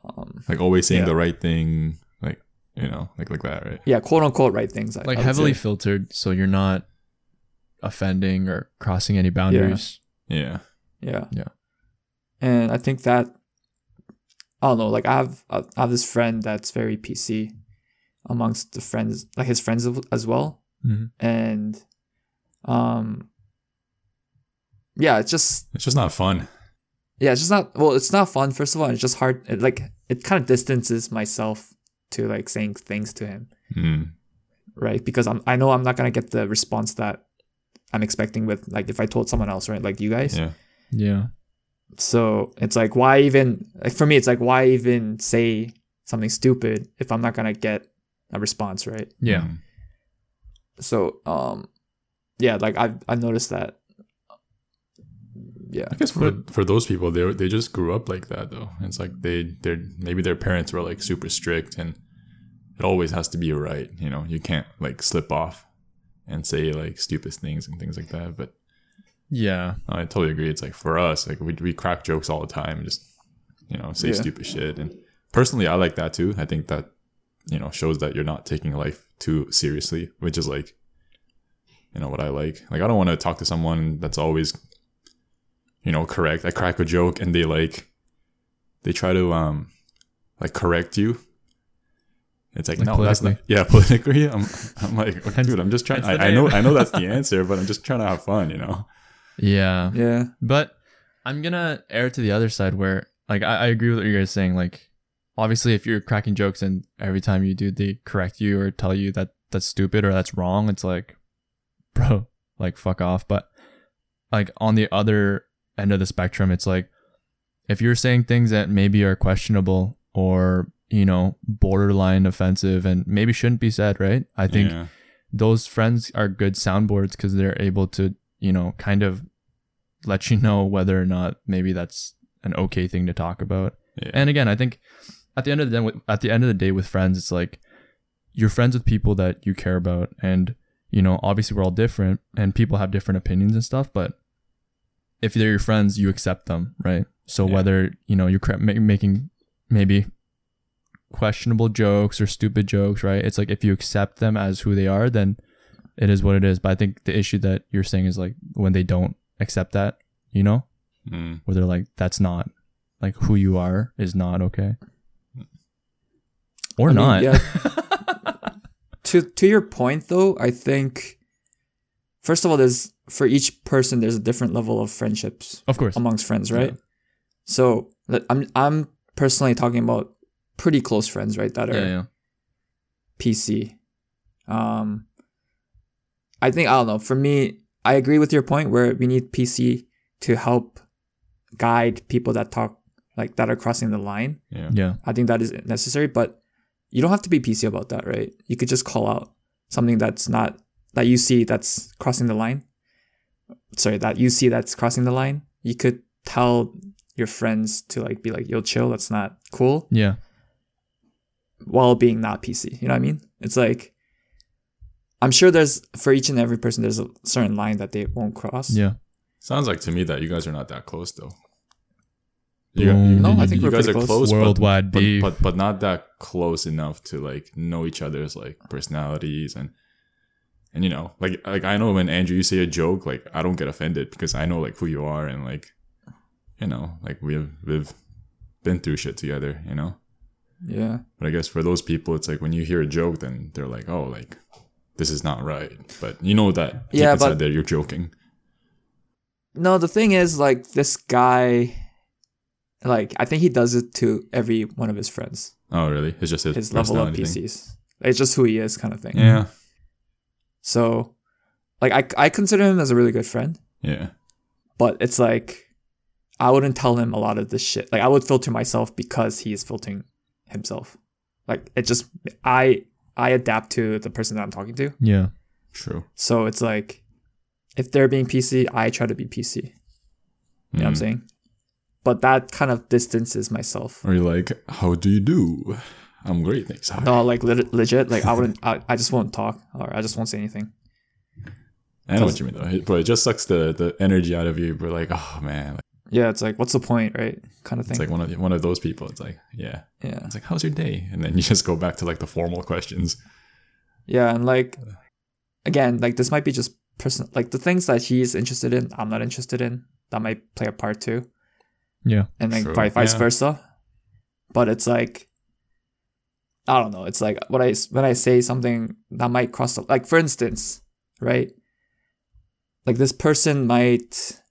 Speaker 3: um
Speaker 2: Like always saying
Speaker 3: Yeah.
Speaker 2: the right thing, like you know, like like that, right?
Speaker 3: yeah quote unquote right things I-
Speaker 1: like
Speaker 3: I would
Speaker 1: heavily
Speaker 3: say.
Speaker 1: filtered so you're not offending or crossing any boundaries.
Speaker 2: Yeah.
Speaker 3: yeah
Speaker 1: Yeah.
Speaker 3: and i think that i don't know like i have i have this friend that's very pc amongst the friends like his friends of- as well
Speaker 1: Mhm.
Speaker 3: and um yeah it's just
Speaker 2: It's just not fun.
Speaker 3: yeah, it's just not well, it's not fun, first of all, and it's just hard it, like it kind of distances myself to like saying things to him,
Speaker 2: Mm.
Speaker 3: right? Because I'm I know I'm not gonna get the response that I'm expecting with like if I told someone else, right? Like you guys.
Speaker 2: Yeah.
Speaker 1: Yeah.
Speaker 3: So it's like why even like for me it's like why even say something stupid if I'm not gonna get a response, right?
Speaker 1: Yeah.
Speaker 2: Mm.
Speaker 3: So um yeah, like I've I've noticed that. Yeah.
Speaker 2: I guess for for those people, they they just grew up like that though. It's like they they maybe their parents were like super strict, and it always has to be right. You know, you can't like slip off and say like stupid things and things like that. But
Speaker 1: Yeah.
Speaker 3: Mm.
Speaker 2: I totally agree. It's like for us, like we we crack jokes all the time, just you know, say
Speaker 3: Yeah.
Speaker 2: stupid shit. And personally, I like that too. I think that you know shows that you're not taking life too seriously, which is like you know what I like. Like I don't want to talk to someone that's always you know correct. I crack a joke and they like they try to um like correct you. It's like,
Speaker 1: Like
Speaker 2: no, that's not, yeah, politically. I'm, I'm like, dude, I'm just trying.
Speaker 1: Hence the
Speaker 2: I, I know,
Speaker 1: name.
Speaker 2: I know that's the answer, but I'm just trying to have fun, you know.
Speaker 1: Yeah.
Speaker 3: Yeah.
Speaker 1: But I'm gonna err to the other side where like I, I agree with what you guys are saying. Like obviously if you're cracking jokes and every time you do they correct you or tell you that that's stupid or that's wrong, it's like bro, like fuck off. But like on the other end of the spectrum, it's like if you're saying things that maybe are questionable or, you know, borderline offensive and maybe shouldn't be said, right? I think
Speaker 2: Yeah.
Speaker 1: those friends are good soundboards because they're able to, you know, kind of let you know whether or not maybe that's an okay thing to talk about.
Speaker 2: Yeah.
Speaker 1: And again, I think at the end of the day, at the end of the day with friends, it's like you're friends with people that you care about, and you know, obviously we're all different, and people have different opinions and stuff. But if they're your friends, you accept them, right? So
Speaker 2: Yeah.
Speaker 1: whether you know you're cra- ma- making maybe questionable jokes or stupid jokes, right? It's like if you accept them as who they are, then it is what it is. But I think the issue that you're saying is like when they don't accept that, you know,
Speaker 2: Mm.
Speaker 1: where they're like, that's not like who you are is not okay. Or
Speaker 3: I mean,
Speaker 1: not.
Speaker 3: yeah. to to your point though, I think first of all there's for each person there's a different level of friendships
Speaker 1: of course.
Speaker 3: amongst friends, right? So let- I'm I'm personally talking about pretty close friends, right? That are
Speaker 1: Yeah, yeah.
Speaker 3: PC. Um, I think I don't know. For me, I agree with your point where we need PC to help guide people that talk like that are crossing the line.
Speaker 2: Yeah.
Speaker 1: Yeah.
Speaker 3: I think that is necessary, but you don't have to be PC about that, right? You could just call out something that's not that you see that's crossing the line. Sorry, that you see that's crossing the line. You could tell your friends to like be like, "Yo, chill. That's not cool."
Speaker 1: Yeah.
Speaker 3: while being not PC. You know what I mean? It's like I'm sure there's for each and every person there's a certain line that they won't cross.
Speaker 1: Yeah.
Speaker 2: Sounds like to me that you guys are not that close though.
Speaker 1: Boom. No, I
Speaker 3: think
Speaker 2: you
Speaker 3: we're
Speaker 2: guys are
Speaker 3: pretty
Speaker 2: close.
Speaker 3: close.
Speaker 2: but-
Speaker 1: Worldwide
Speaker 2: but,
Speaker 1: beef.
Speaker 2: but, but not that close enough to like know each other's like personalities and and you know like like I know when Andrew you say a joke like I don't get offended because I know like who you are and like you know like we've we've been through shit together you know
Speaker 3: Yeah.
Speaker 2: but I guess for those people it's like when you hear a joke then they're like oh like this is not right but you know that deep
Speaker 3: Yeah,
Speaker 2: inside
Speaker 3: but-
Speaker 2: there you're joking
Speaker 3: No, the thing is like this guy like I think he does it to every one of his friends.
Speaker 2: oh really it's just his,
Speaker 3: His level of
Speaker 2: personality thing.
Speaker 3: PCs. It's just who he is kind of thing.
Speaker 2: yeah
Speaker 3: So like I I consider him as a really good friend,
Speaker 2: yeah
Speaker 3: but it's like I wouldn't tell him a lot of this shit. Like I would filter myself because he is filtering himself. Like it just I I adapt to the person that I'm talking to.
Speaker 1: Yeah.
Speaker 2: True.
Speaker 3: So it's like, if they're being PC, I try to be PC. You know what I'm
Speaker 2: Mm.
Speaker 3: saying? But that kind of distances myself.
Speaker 2: Or you're like, how do you do? I'm great, thanks.
Speaker 3: No, like lit legit, like I wouldn't, I, I just won't talk or I just won't say anything.
Speaker 2: I know what you mean though, It- but it just sucks the, the energy out of you. But like, oh man, like,
Speaker 3: Yeah, it's like, what's the point, right? Kind of thing.
Speaker 2: it's like one of one of those people. It's like, yeah,
Speaker 3: yeah.
Speaker 2: it's like, how's your day? And then you just go back to like the formal questions.
Speaker 3: Yeah, and like again, like this might be just personal like the things that he's interested in, I'm not interested in. That might play a part too.
Speaker 1: Yeah.
Speaker 3: And like
Speaker 2: True,
Speaker 3: vi- vice
Speaker 2: yeah.
Speaker 3: versa. But it's like I don't know, it's like what I s- when I say something that might cross the like for instance, right? Like this person might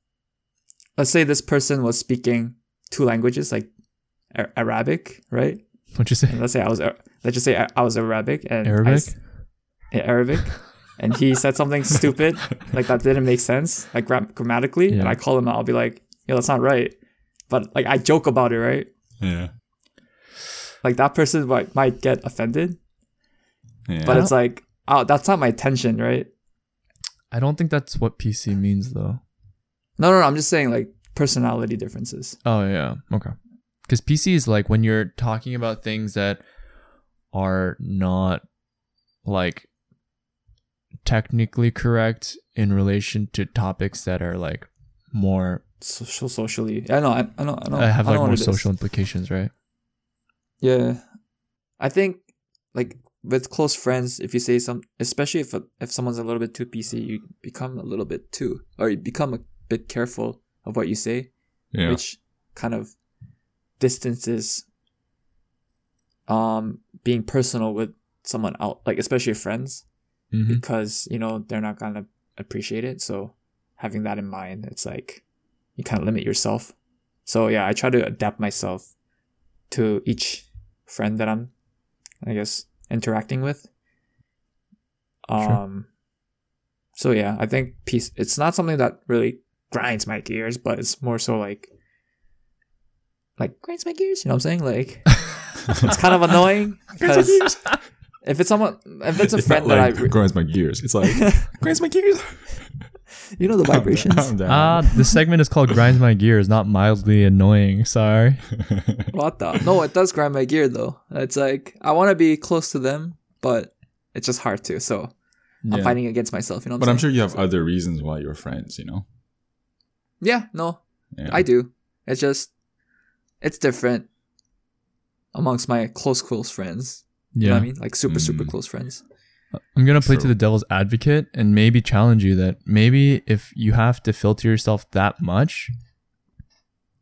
Speaker 3: let's say this person was speaking two languages like Ar- Arabic, right?
Speaker 1: What'd you say?
Speaker 3: And let's say I was Ar- let's just say I, I was Arabic and I
Speaker 1: Arabic?
Speaker 3: s- yeah, Arabic, and he said something stupid like that didn't make sense like gram- grammatically, and
Speaker 1: Yeah.
Speaker 3: I call him out. I'll be like, yo, that's not right. But like I joke about it, right?
Speaker 2: Yeah.
Speaker 3: Like that person might might get offended,
Speaker 2: Yeah.
Speaker 3: but it's like, oh, that's not my intention, right?
Speaker 1: I don't think that's what PC means though.
Speaker 3: No, no, no I'm just saying like personality differences.
Speaker 1: Oh yeah. Okay. Because PC is like when you're talking about things that are not like technically correct in relation to topics that are like more
Speaker 3: social socially. I know, I, I know, I know.
Speaker 1: uh, have
Speaker 3: Oh, I
Speaker 1: like
Speaker 3: know what
Speaker 1: more
Speaker 3: it is.
Speaker 1: social implications, right?
Speaker 3: Yeah, I think like with close friends, if you say some, especially if if someone's a little bit too PC, you become a little bit too, or you become a bit careful of what you say,
Speaker 2: yeah.
Speaker 3: which kind of distances um being personal with someone out, like especially friends,
Speaker 1: Mm-hmm.
Speaker 3: because you know they're not gonna appreciate it. So having that in mind, it's like you kind of limit yourself. So yeah, I try to adapt myself to each friend that I'm, I guess, interacting with.
Speaker 1: Sure.
Speaker 3: Um. So yeah, I think peace. It's not something that really grinds my gears, but it's more so like, like grinds my gears. You know what I'm saying? Like, it's kind of annoying because if it's someone, if it's a friend
Speaker 2: not like
Speaker 3: that I, re-
Speaker 2: grinds my gears. It's like grinds my gears.
Speaker 3: you know, the vibrations.
Speaker 2: Calm down.
Speaker 1: Ah, this segment is called "Grinds My Gears," not mildly annoying. Sorry.
Speaker 3: What the? No, it does grind my gear though. It's like I want to be close to them, but it's just hard to. So I'm fighting against myself. You know. What
Speaker 2: but I'm sure
Speaker 3: saying?
Speaker 2: you have other reasons why you're friends. You know.
Speaker 3: Yeah. No,
Speaker 2: Yeah.
Speaker 3: I do. It's just it's different amongst my close close friends. You know
Speaker 1: Yeah.
Speaker 3: what I mean? Like super super
Speaker 2: Mm.
Speaker 3: close friends.
Speaker 1: I'm gonna play to
Speaker 2: True.
Speaker 1: the devil's advocate and maybe challenge you that maybe if you have to filter yourself that much,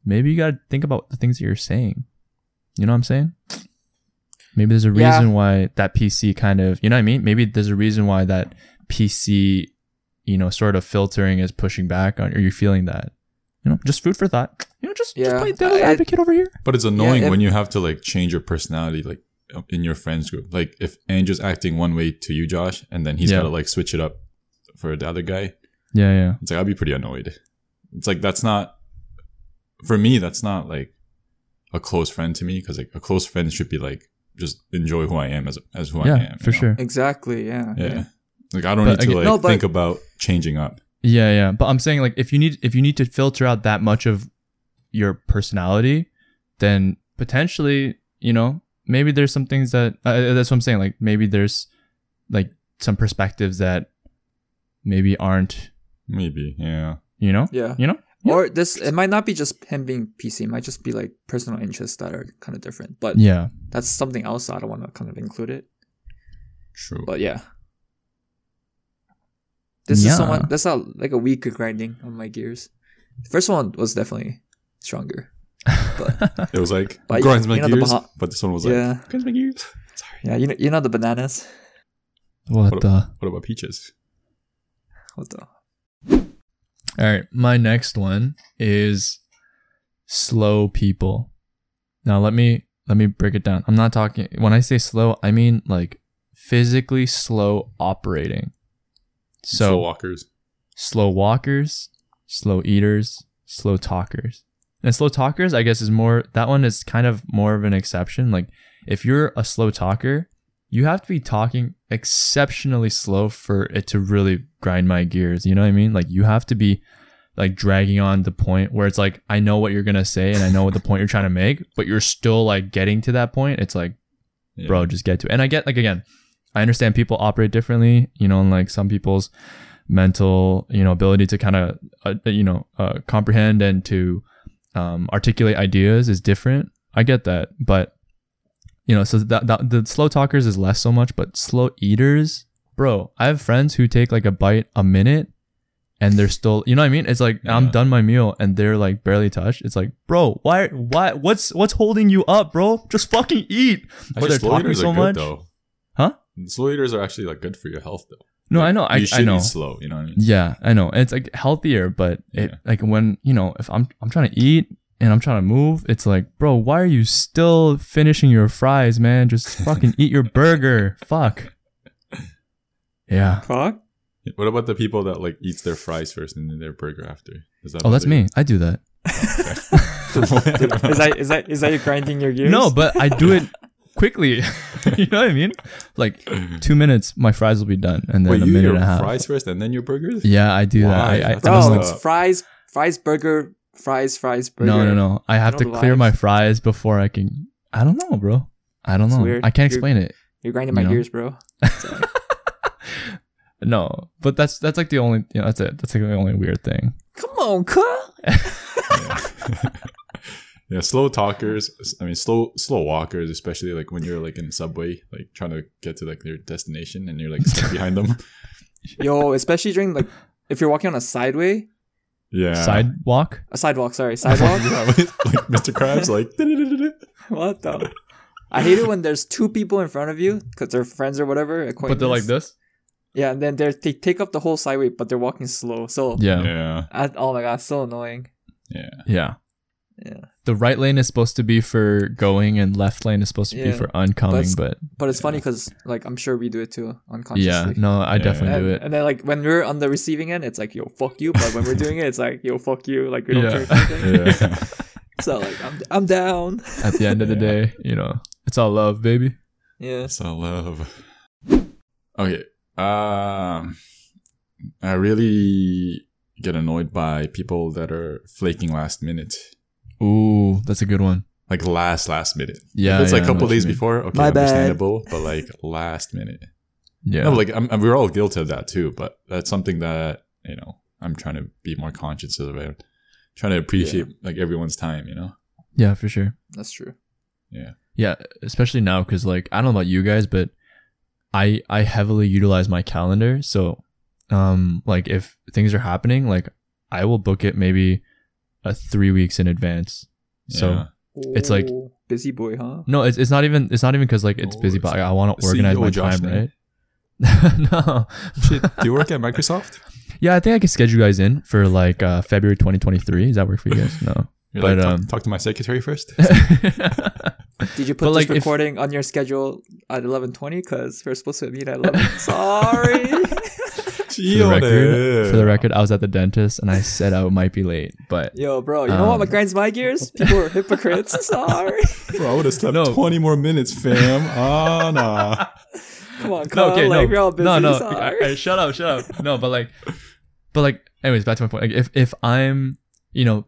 Speaker 1: maybe you gotta think about the things that you're saying. You know what I'm saying? Maybe there's a
Speaker 3: Yeah.
Speaker 1: reason why that PC kind of you know what I mean? Maybe there's a reason why that PC, you know, sort of filtering is pushing back on or you're feeling that. You know, just food for thought. You know, just,
Speaker 3: Yeah,
Speaker 1: just play devil's
Speaker 3: I- I-
Speaker 1: advocate over here.
Speaker 2: But it's annoying
Speaker 3: if-
Speaker 2: when you have to like change your personality, like uh, in your friends group. Like if Andrew's acting one way to you, Josh, and then he's
Speaker 1: Yeah.
Speaker 2: got to like switch it up for the other guy.
Speaker 1: Yeah, yeah.
Speaker 2: It's like I'd be pretty annoyed. It's like that's not for me. That's not like a close friend to me because like a close friend should be like just enjoy who I am as as who I
Speaker 1: yeah,
Speaker 2: am you
Speaker 1: for
Speaker 2: know?
Speaker 1: sure.
Speaker 3: Exactly. Yeah.
Speaker 2: Yeah. Like I don't
Speaker 1: But
Speaker 2: need to
Speaker 1: again-
Speaker 2: like
Speaker 3: No, but-
Speaker 2: think about changing up.
Speaker 1: Yeah, yeah. But I'm saying like if you need if you need to filter out that much of your personality, then potentially, you know, maybe there's some things that uh, that's what I'm saying. Like maybe there's like some perspectives that maybe aren't,
Speaker 2: Maybe. Yeah.
Speaker 1: you know,
Speaker 3: Yeah.
Speaker 1: you know. Yeah.
Speaker 3: Or this, it might not be just him being PC. It might just be like personal interests that are kind of different. But
Speaker 1: Yeah,
Speaker 3: that's something else. I don't want to kind of include it.
Speaker 2: True.
Speaker 3: But yeah. This is
Speaker 1: Yeah.
Speaker 3: someone that's a like a week of grinding on my gears. First one was definitely stronger.
Speaker 2: it was like
Speaker 3: But
Speaker 2: grinds
Speaker 3: you-
Speaker 2: my
Speaker 3: you know the
Speaker 2: gears,
Speaker 3: Baha-
Speaker 2: but this one was like
Speaker 3: yeah.
Speaker 2: grinds my gears.
Speaker 3: Yeah, you know you know the bananas?
Speaker 1: what
Speaker 2: What-
Speaker 1: the?
Speaker 2: What about peaches?
Speaker 3: What the
Speaker 1: All right, my next one is slow people. Now let me let me break it down. I'm not talking when I say slow, I mean like physically slow operating. So
Speaker 2: Slow walkers.
Speaker 1: slow walkers, slow eaters, slow talkers. And slow talkers, I guess, is more that one is kind of more of an exception. Like, if you're a slow talker, you have to be talking exceptionally slow for it to really grind my gears. You know what I mean? Like, you have to be like dragging on the point where it's like, I know what you're going to say and I know what the point you're trying to make, but you're still like getting to that point. It's like,
Speaker 2: Yeah.
Speaker 1: bro just get to it and i get like again i understand people operate differently you know and like some people's mental you know ability to kind of uh, you know uh, comprehend and to um, articulate ideas is different i get that but you know so that, that the slow talkers is less so much but slow eaters bro i have friends who take like a bite a minute and they're still you know what i mean it's like i'm
Speaker 2: Yeah.
Speaker 1: done my meal and they're like barely touched it's like bro why why what's what's holding you up bro just fucking eat
Speaker 2: Actually,
Speaker 1: but they're
Speaker 2: slow
Speaker 1: talking
Speaker 2: eaters
Speaker 1: so
Speaker 2: are good,
Speaker 1: much.
Speaker 2: Though.
Speaker 1: Huh?
Speaker 2: Slow eaters are actually like good for your health though.
Speaker 1: No,
Speaker 2: Like,
Speaker 1: I know. I,
Speaker 2: you should
Speaker 1: I know.
Speaker 2: eat slow. You know what I mean?
Speaker 1: Yeah, I know. And it's like healthier, but it
Speaker 2: Yeah.
Speaker 1: like when you know if I'm I'm trying to eat and I'm trying to move, it's like, bro, why are you still finishing your fries, man? Just fucking eat your burger. Fuck. Yeah.
Speaker 3: Fuck.
Speaker 2: What about the people that like eats their fries first and then their burger after? Is that
Speaker 1: Oh,
Speaker 2: how
Speaker 1: that's
Speaker 2: they-
Speaker 1: me. I do that.
Speaker 3: Is that is that is that you grinding your gears?
Speaker 1: No, but I do it quickly. you know what I mean? Like two minutes, my fries will be done, and then
Speaker 2: Wait,
Speaker 1: a
Speaker 2: you eat
Speaker 1: minute
Speaker 2: your
Speaker 1: and a half.
Speaker 2: fries first and then your burgers?
Speaker 1: Yeah, I do that.
Speaker 2: Why?
Speaker 1: I, I, it
Speaker 2: That's
Speaker 3: bro,
Speaker 1: doesn't-
Speaker 2: awesome.
Speaker 3: it's fries, fries, burger, fries, fries, burger.
Speaker 1: no, no, no. I have
Speaker 3: I
Speaker 1: to
Speaker 3: don't
Speaker 1: clear
Speaker 3: like-
Speaker 1: my fries before I can. I don't know, bro. I don't
Speaker 3: It's
Speaker 1: know.
Speaker 3: weird.
Speaker 1: I can't
Speaker 3: You're-
Speaker 1: explain it.
Speaker 3: You're grinding my
Speaker 1: No.
Speaker 3: gears, bro.
Speaker 1: No, but that's that's like the only. You know, that's it. That's like the only weird thing.
Speaker 3: Come on, cuh.
Speaker 2: Yeah, slow talkers. I mean, slow slow walkers, especially like when you're like in the subway, like trying to get to like your destination, and you're like stuck behind them.
Speaker 3: Yo, especially during like if you're walking on a sideway,
Speaker 2: Yeah,
Speaker 1: Sidewalk.
Speaker 3: a sidewalk. Sorry, sidewalk.
Speaker 2: Yeah, like Mr. Krabs, like
Speaker 3: what the? I hate it when there's two people in front of you because they're friends or whatever.
Speaker 1: But they're like
Speaker 3: acquaintance.
Speaker 1: this.
Speaker 3: Yeah, and then they're, they take up the whole sideway, but they're walking slow. So,
Speaker 1: Yeah. yeah,
Speaker 2: yeah,
Speaker 3: I, oh my god, so annoying. Yeah.
Speaker 1: The right lane is supposed to be for going, and left lane is supposed to be
Speaker 3: Yeah.
Speaker 1: for oncoming.
Speaker 3: But
Speaker 1: But,
Speaker 3: But it's funny because like I'm sure we do it too unconsciously.
Speaker 1: yeah, no, I
Speaker 2: Yeah.
Speaker 1: definitely
Speaker 3: And,
Speaker 1: do it.
Speaker 3: and then like when we're on the receiving end, it's like yo fuck you. But when we're doing it, it's like yo fuck you. Like we don't
Speaker 1: Yeah.
Speaker 3: care. Kind of thing.
Speaker 2: yeah.
Speaker 3: So like I'm I'm down.
Speaker 1: At the end of the
Speaker 2: Yeah.
Speaker 1: day, you know, it's all love, baby.
Speaker 3: Yeah.
Speaker 2: That's all love. Okay. Um, I really get annoyed by people that are flaking last minute,
Speaker 1: Ooh, that's a good one.
Speaker 2: like last last minute.
Speaker 1: Yeah,
Speaker 2: If it's like
Speaker 1: yeah, I know
Speaker 2: a couple
Speaker 1: what you
Speaker 2: days
Speaker 1: mean.
Speaker 2: before. Okay,
Speaker 3: My bad.
Speaker 2: understandable, but like last minute.
Speaker 1: Yeah,
Speaker 2: No, like I'm, I'm- we're all guilty of that too. But that's something that you know I'm trying to be more conscious of. it. Trying to appreciate like everyone's time. You know.
Speaker 1: yeah, for sure.
Speaker 3: That's true.
Speaker 1: Yeah, especially now because like I don't know about you guys, but I I heavily utilize my calendar. So, um, like if things are happening, like I will book it maybe a three weeks in advance. So
Speaker 2: Yeah.
Speaker 1: It's like-
Speaker 3: Oh, busy boy, huh?
Speaker 1: no, it's, it's not even it's not even because like it's
Speaker 2: Oh,
Speaker 1: busy,
Speaker 2: it's
Speaker 1: but I, want to
Speaker 2: CEO
Speaker 1: organize my
Speaker 2: Josh
Speaker 1: time,
Speaker 2: Nate.
Speaker 1: right? no,
Speaker 2: Shit, do you work at Microsoft?
Speaker 1: yeah, I think I can schedule you guys in for like uh February 2023. Does that work for you guys? No,
Speaker 2: You're
Speaker 1: But,
Speaker 2: like, talk,
Speaker 1: um,
Speaker 2: talk to my secretary first.
Speaker 3: Did you put
Speaker 1: But,
Speaker 3: this
Speaker 1: like, if-
Speaker 3: recording on your schedule at eleven twenty? Because we're supposed to meet at eleven. Sorry.
Speaker 1: for the record, for the record, I was at the dentist and I said I might be late, but
Speaker 3: Yo, bro, you know
Speaker 1: Um.
Speaker 3: what grinds my gears? People are hypocrites. Sorry.
Speaker 2: Bro, I would have slept
Speaker 1: No.
Speaker 2: 20 more minutes, fam. Ah, nah.
Speaker 3: Come on, come on. Like we're all busy.
Speaker 1: no, no,
Speaker 3: Sorry.
Speaker 1: I- I- shut up, shut up. No, but like, but like, anyways, back to my point. Like, if if I'm, you know,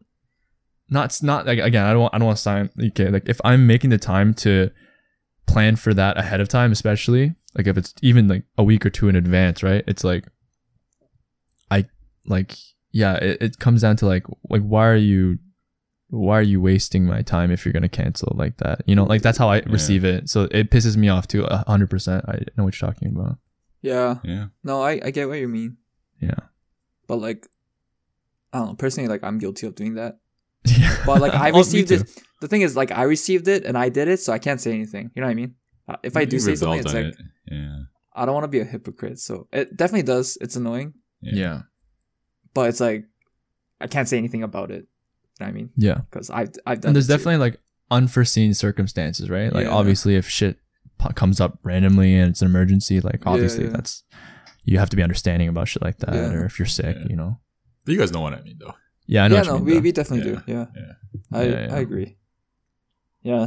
Speaker 1: not not like again, I don't want, I don't want to sign. Okay, like if I'm making the time to plan for that ahead of time, especially like if it's even like a week or two in advance, right? It's like, I like yeah, it, it comes down to like like why are you. Why are you wasting my time if you're gonna cancel like that? You know, like that's how I receive it. So it pisses me off too, a hundred percent. I know what you're talking about.
Speaker 3: yeah.
Speaker 2: Yeah.
Speaker 3: No, I, I get what you mean.
Speaker 1: Yeah.
Speaker 3: But like, I don't know. Personally, like I'm guilty of doing that.
Speaker 1: Yeah.
Speaker 3: But like I
Speaker 1: Oh, me
Speaker 3: received
Speaker 1: too.
Speaker 3: it. The thing is, like I received it and I did it, so I can't say anything. You know what I mean? Uh, If I do
Speaker 2: You
Speaker 3: say something,
Speaker 2: rebelled
Speaker 3: it's
Speaker 2: on
Speaker 3: like
Speaker 2: it. yeah.
Speaker 3: I don't want to be a hypocrite. So it definitely does. It's annoying,
Speaker 1: Yeah.
Speaker 3: but it's like I can't say anything about it. You know what I mean?
Speaker 1: Yeah.
Speaker 3: Because I've I've done.
Speaker 1: And there's
Speaker 3: it too.
Speaker 1: definitely like unforeseen circumstances, right? Like
Speaker 3: Yeah.
Speaker 1: obviously if shit po- comes up randomly and it's an emergency, like
Speaker 3: Yeah,
Speaker 1: obviously
Speaker 3: yeah.
Speaker 1: that's you have to be understanding about shit like that
Speaker 3: Yeah.
Speaker 1: or if you're sick,
Speaker 2: Yeah.
Speaker 1: you know.
Speaker 2: But you guys know what I mean, though.
Speaker 1: Yeah, I know
Speaker 3: yeah,
Speaker 1: what you
Speaker 3: no,
Speaker 1: mean,
Speaker 3: we,
Speaker 1: though.
Speaker 3: we definitely do. Yeah.
Speaker 2: yeah.
Speaker 3: I
Speaker 1: Yeah, yeah.
Speaker 3: I agree. Yeah.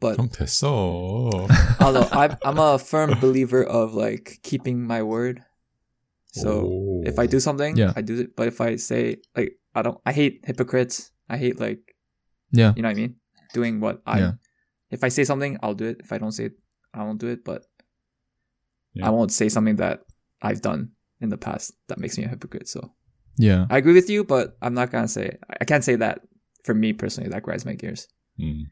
Speaker 3: But
Speaker 2: Don't piss off.
Speaker 3: although I I'm a firm believer of like keeping my word. So
Speaker 2: Oh.
Speaker 3: if I do something,
Speaker 1: Yeah.
Speaker 3: I do it. But if I say like I don't, I hate hypocrites. I hate like
Speaker 1: Yeah.
Speaker 3: you know what I mean. Doing what I,
Speaker 1: Yeah.
Speaker 3: if I say something, I'll do it. If I don't say it, I won't do it. But
Speaker 2: Yeah.
Speaker 3: I won't say something that I've done in the past that makes me a hypocrite. So
Speaker 1: Yeah.
Speaker 3: I agree with you, but I'm not gonna say I can't say that for me personally. That grinds my gears.
Speaker 2: Mm.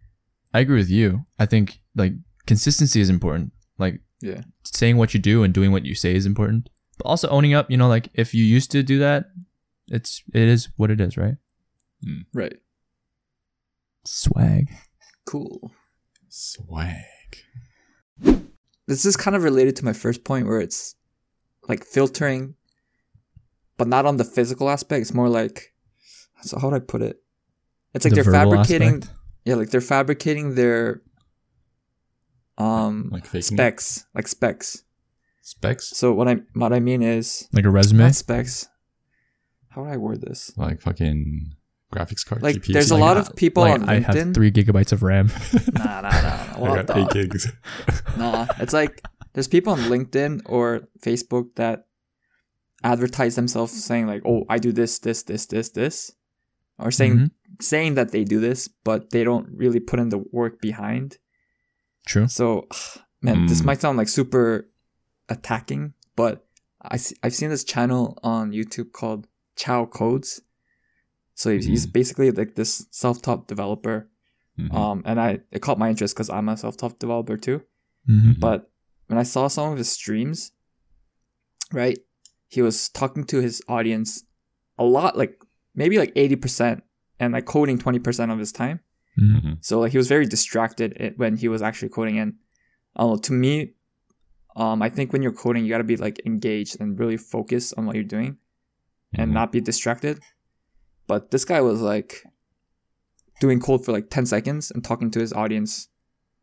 Speaker 1: I agree with you. I think like consistency is important. Like
Speaker 3: Yeah.
Speaker 1: saying what you do and doing what you say is important. But also owning up, you know, like if you used to do that, it's it is what it is, right?
Speaker 3: Right.
Speaker 1: Swag.
Speaker 3: Cool.
Speaker 2: Swag.
Speaker 3: this is kind of related to my first point where it's like filtering but not on the physical aspect it's more like so how would i put it It's like
Speaker 1: The
Speaker 3: they're
Speaker 1: verbal
Speaker 3: fabricating.
Speaker 1: aspect?
Speaker 3: Yeah, like they're fabricating their um
Speaker 2: Like faking it?
Speaker 3: specs, like specs.
Speaker 2: specs,
Speaker 3: So what I what I mean is
Speaker 1: like a resume.
Speaker 3: not specs. How would I word this?
Speaker 2: like fucking graphics card.
Speaker 3: Like
Speaker 2: GPUs.
Speaker 3: there's a
Speaker 2: Like,
Speaker 3: lot
Speaker 1: I-
Speaker 3: of people
Speaker 1: like
Speaker 3: on
Speaker 1: I
Speaker 3: LinkedIn.
Speaker 1: have three gigabytes of RAM.
Speaker 3: Nah, nah, nah, nah.
Speaker 2: I
Speaker 3: What
Speaker 2: got
Speaker 3: the-
Speaker 2: eight gigs.
Speaker 3: Nah, it's like there's people on LinkedIn or Facebook that advertise themselves saying like, "Oh, I do this, this, this, this, this," or saying
Speaker 1: Mhm.
Speaker 2: Mm-hmm.
Speaker 3: saying that they do this, but they don't really put in the work behind.
Speaker 1: True.
Speaker 3: So, man, this
Speaker 2: Mm.
Speaker 3: might sound like super attacking, but I see, I've seen this channel on YouTube called Chow Codes. So he's
Speaker 2: Mm.
Speaker 3: he's basically like this self-taught developer,
Speaker 2: Mhm.
Speaker 3: um, and I it caught my interest because I'm a self-taught developer too
Speaker 1: hmm
Speaker 2: Mm-hmm.
Speaker 3: but when I saw some of his streams, right, he was talking to his audience a lot, like maybe like 80% and like coding 20% of his time.
Speaker 2: Mhm.
Speaker 3: So like he was very distracted it- when he was actually coding. And uh, to me, um, I think when you're coding, you got to be like engaged and really focused on what you're doing and
Speaker 2: Mhm.
Speaker 3: not be distracted. But this guy was like doing cold for like 10 seconds and talking to his audience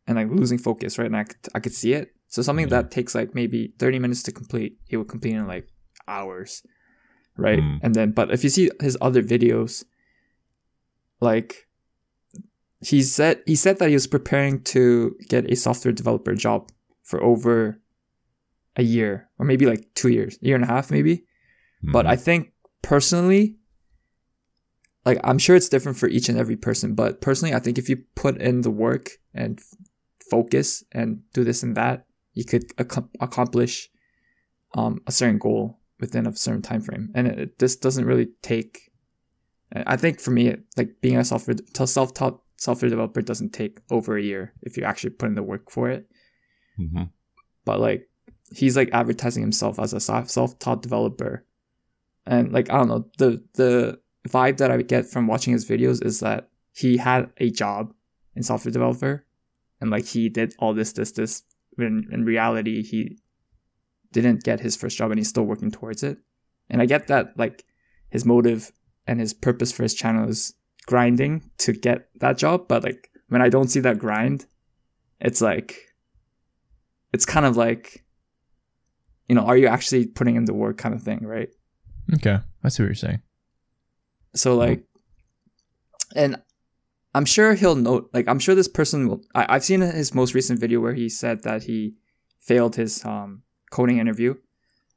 Speaker 3: and like losing focus, right? And I could, I could see it. So something
Speaker 2: Yeah.
Speaker 3: that takes like maybe 30 minutes to complete, he would complete in like hours, right?
Speaker 2: Mm.
Speaker 3: And then, but if you see his other videos, like he said, he said that he was preparing to get a software developer job for over a year or maybe like two years, year and a half, maybe but
Speaker 2: Mhm.
Speaker 3: i think personally like i'm sure it's different for each and every person but personally i think if you put in the work and f- focus and do this and that you could ac- accomplish um, a certain goal within a certain time frame and it, it- this doesn't really take i I think for me it- like being a software t- self-taught software developer doesn't take over a year if you actually put in the work for it
Speaker 2: Mhm.
Speaker 3: but like he's like advertising himself as a self- self-taught developer and like i don't know the the vibe that i get from watching his videos is that he had a job in software developer and like he did all this this this when in reality he didn't get his first job and he's still working towards it and i get that like his motive and his purpose for his channel is grinding to get that job but like when i don't see that grind it's like it's kind of like you know are you actually putting in the work kind of thing right
Speaker 1: okay, I see what you're saying.
Speaker 3: so like and i'm sure he'll note like i'm sure this person will I, i've seen his most recent video where he said that he failed his um coding interview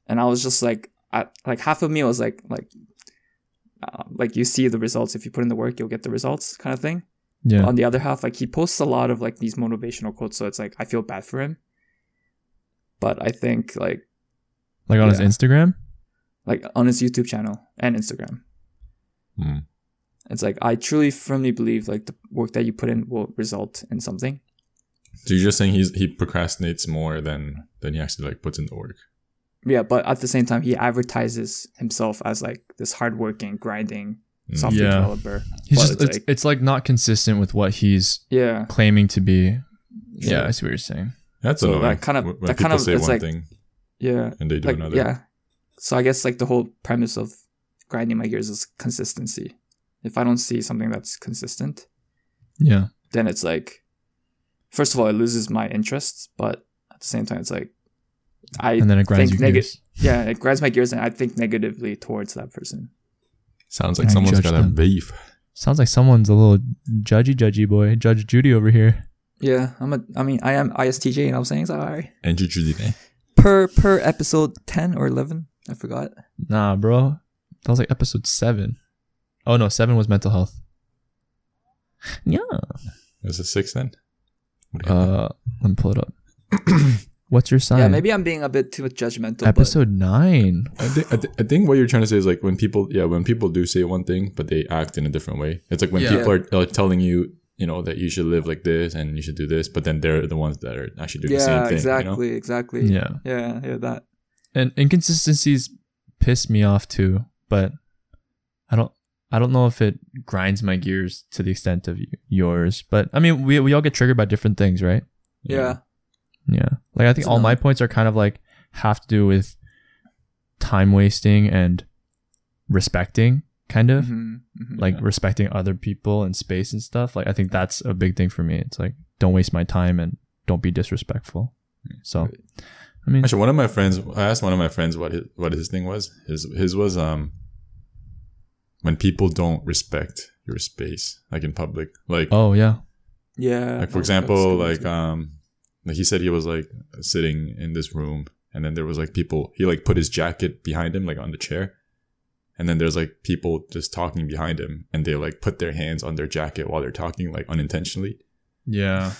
Speaker 3: and i was just like I, like half of me was like like uh, like you see the results if you put in the work you'll get the results kind of thing
Speaker 1: Yeah.
Speaker 3: on the other half like he posts a lot of like these motivational quotes so it's like i feel bad for him but i think like
Speaker 1: like on his
Speaker 3: yeah.
Speaker 1: Instagram.
Speaker 3: like on his YouTube channel and Instagram.
Speaker 2: Mm.
Speaker 3: It's like I truly firmly believe like the work that you put in will result in something.
Speaker 2: So you're just saying he's he procrastinates more than than he actually like puts in the work.
Speaker 3: Yeah, but at the same time, he advertises himself as like this hardworking, grinding
Speaker 2: Mm.
Speaker 3: software
Speaker 1: Yeah.
Speaker 3: developer.
Speaker 1: He's
Speaker 3: But
Speaker 1: just
Speaker 3: it's
Speaker 1: it's,
Speaker 3: like-
Speaker 1: it's like not consistent with what he's
Speaker 3: Yeah,
Speaker 1: claiming to be. Yeah,
Speaker 2: Sure.
Speaker 1: I see what you're saying.
Speaker 2: That's
Speaker 3: So that
Speaker 2: annoying.
Speaker 3: kind of-
Speaker 2: When
Speaker 3: that
Speaker 2: people
Speaker 3: kind of-
Speaker 2: say
Speaker 3: it's
Speaker 2: one
Speaker 3: like-
Speaker 2: thing
Speaker 3: yeah,
Speaker 2: and they do
Speaker 3: like
Speaker 2: another.
Speaker 3: yeah. So I guess like the whole premise of grinding my gears is consistency. If I don't see something that's consistent,
Speaker 1: Yeah.
Speaker 3: then it's like first of all it loses my interest but at the same time it's like i
Speaker 1: And then it grinds
Speaker 3: think
Speaker 1: your
Speaker 3: nega-
Speaker 1: gears.
Speaker 3: yeah it grinds my gears and i think negatively towards that person
Speaker 2: Sounds like
Speaker 1: Yeah, you
Speaker 2: someone's
Speaker 1: judge
Speaker 2: got a
Speaker 1: them.
Speaker 2: beef.
Speaker 1: Sounds like someone's a little judgy, judgy boy. Judge Judy over here.
Speaker 3: yeah i'm a i mean i am istj and i'm saying sorry
Speaker 2: And you Judy, eh?
Speaker 3: per per episode 10 or 11 i forgot
Speaker 1: Nah, bro. That was like episode seven. Oh no, seven was mental health. Yeah.
Speaker 2: Is it six then? What do you think?
Speaker 1: Uh, let me pull it up. What's your sign?
Speaker 3: yeah maybe i'm being a bit too judgmental
Speaker 1: episode nine.
Speaker 2: I think, I, thi- I think what you're trying to say is like when people yeah when people do say one thing but they act in a different way it's like when
Speaker 1: Yeah.
Speaker 2: people are, are telling you you know that you should live like this and you should do this but then they're the ones that are actually
Speaker 3: but
Speaker 2: doing the same
Speaker 3: yeah
Speaker 2: thing
Speaker 3: exactly exactly yeah
Speaker 1: Yeah,
Speaker 3: yeah, yeah that
Speaker 1: and inconsistencies piss me off too. But I don't, I don't know if it grinds my gears to the extent of y- yours. But I mean, we we all get triggered by different things, right?
Speaker 2: you
Speaker 3: yeah,
Speaker 2: know?
Speaker 1: Yeah. Like I think
Speaker 3: It's
Speaker 1: all my
Speaker 3: annoying.
Speaker 1: points are kind of like have to do with time wasting and respecting kind of
Speaker 3: Mhm, mhm.
Speaker 1: like
Speaker 2: Yeah.
Speaker 1: respecting other people and space and stuff. Like I think that's a big thing for me. It's like don't waste my time and don't be disrespectful. So I mean,
Speaker 2: Actually, one of my friends, I asked one of my friends what his, what his thing was. His his was um when people don't respect your space, like in public, like
Speaker 1: oh yeah,
Speaker 3: yeah.
Speaker 2: like for example, like um like he said he was like sitting in this room, and then there was like people. He like put his jacket behind him, like on the chair, and then there's like people just talking behind him, and they like put their hands on their jacket while they're talking, like unintentionally.
Speaker 1: yeah,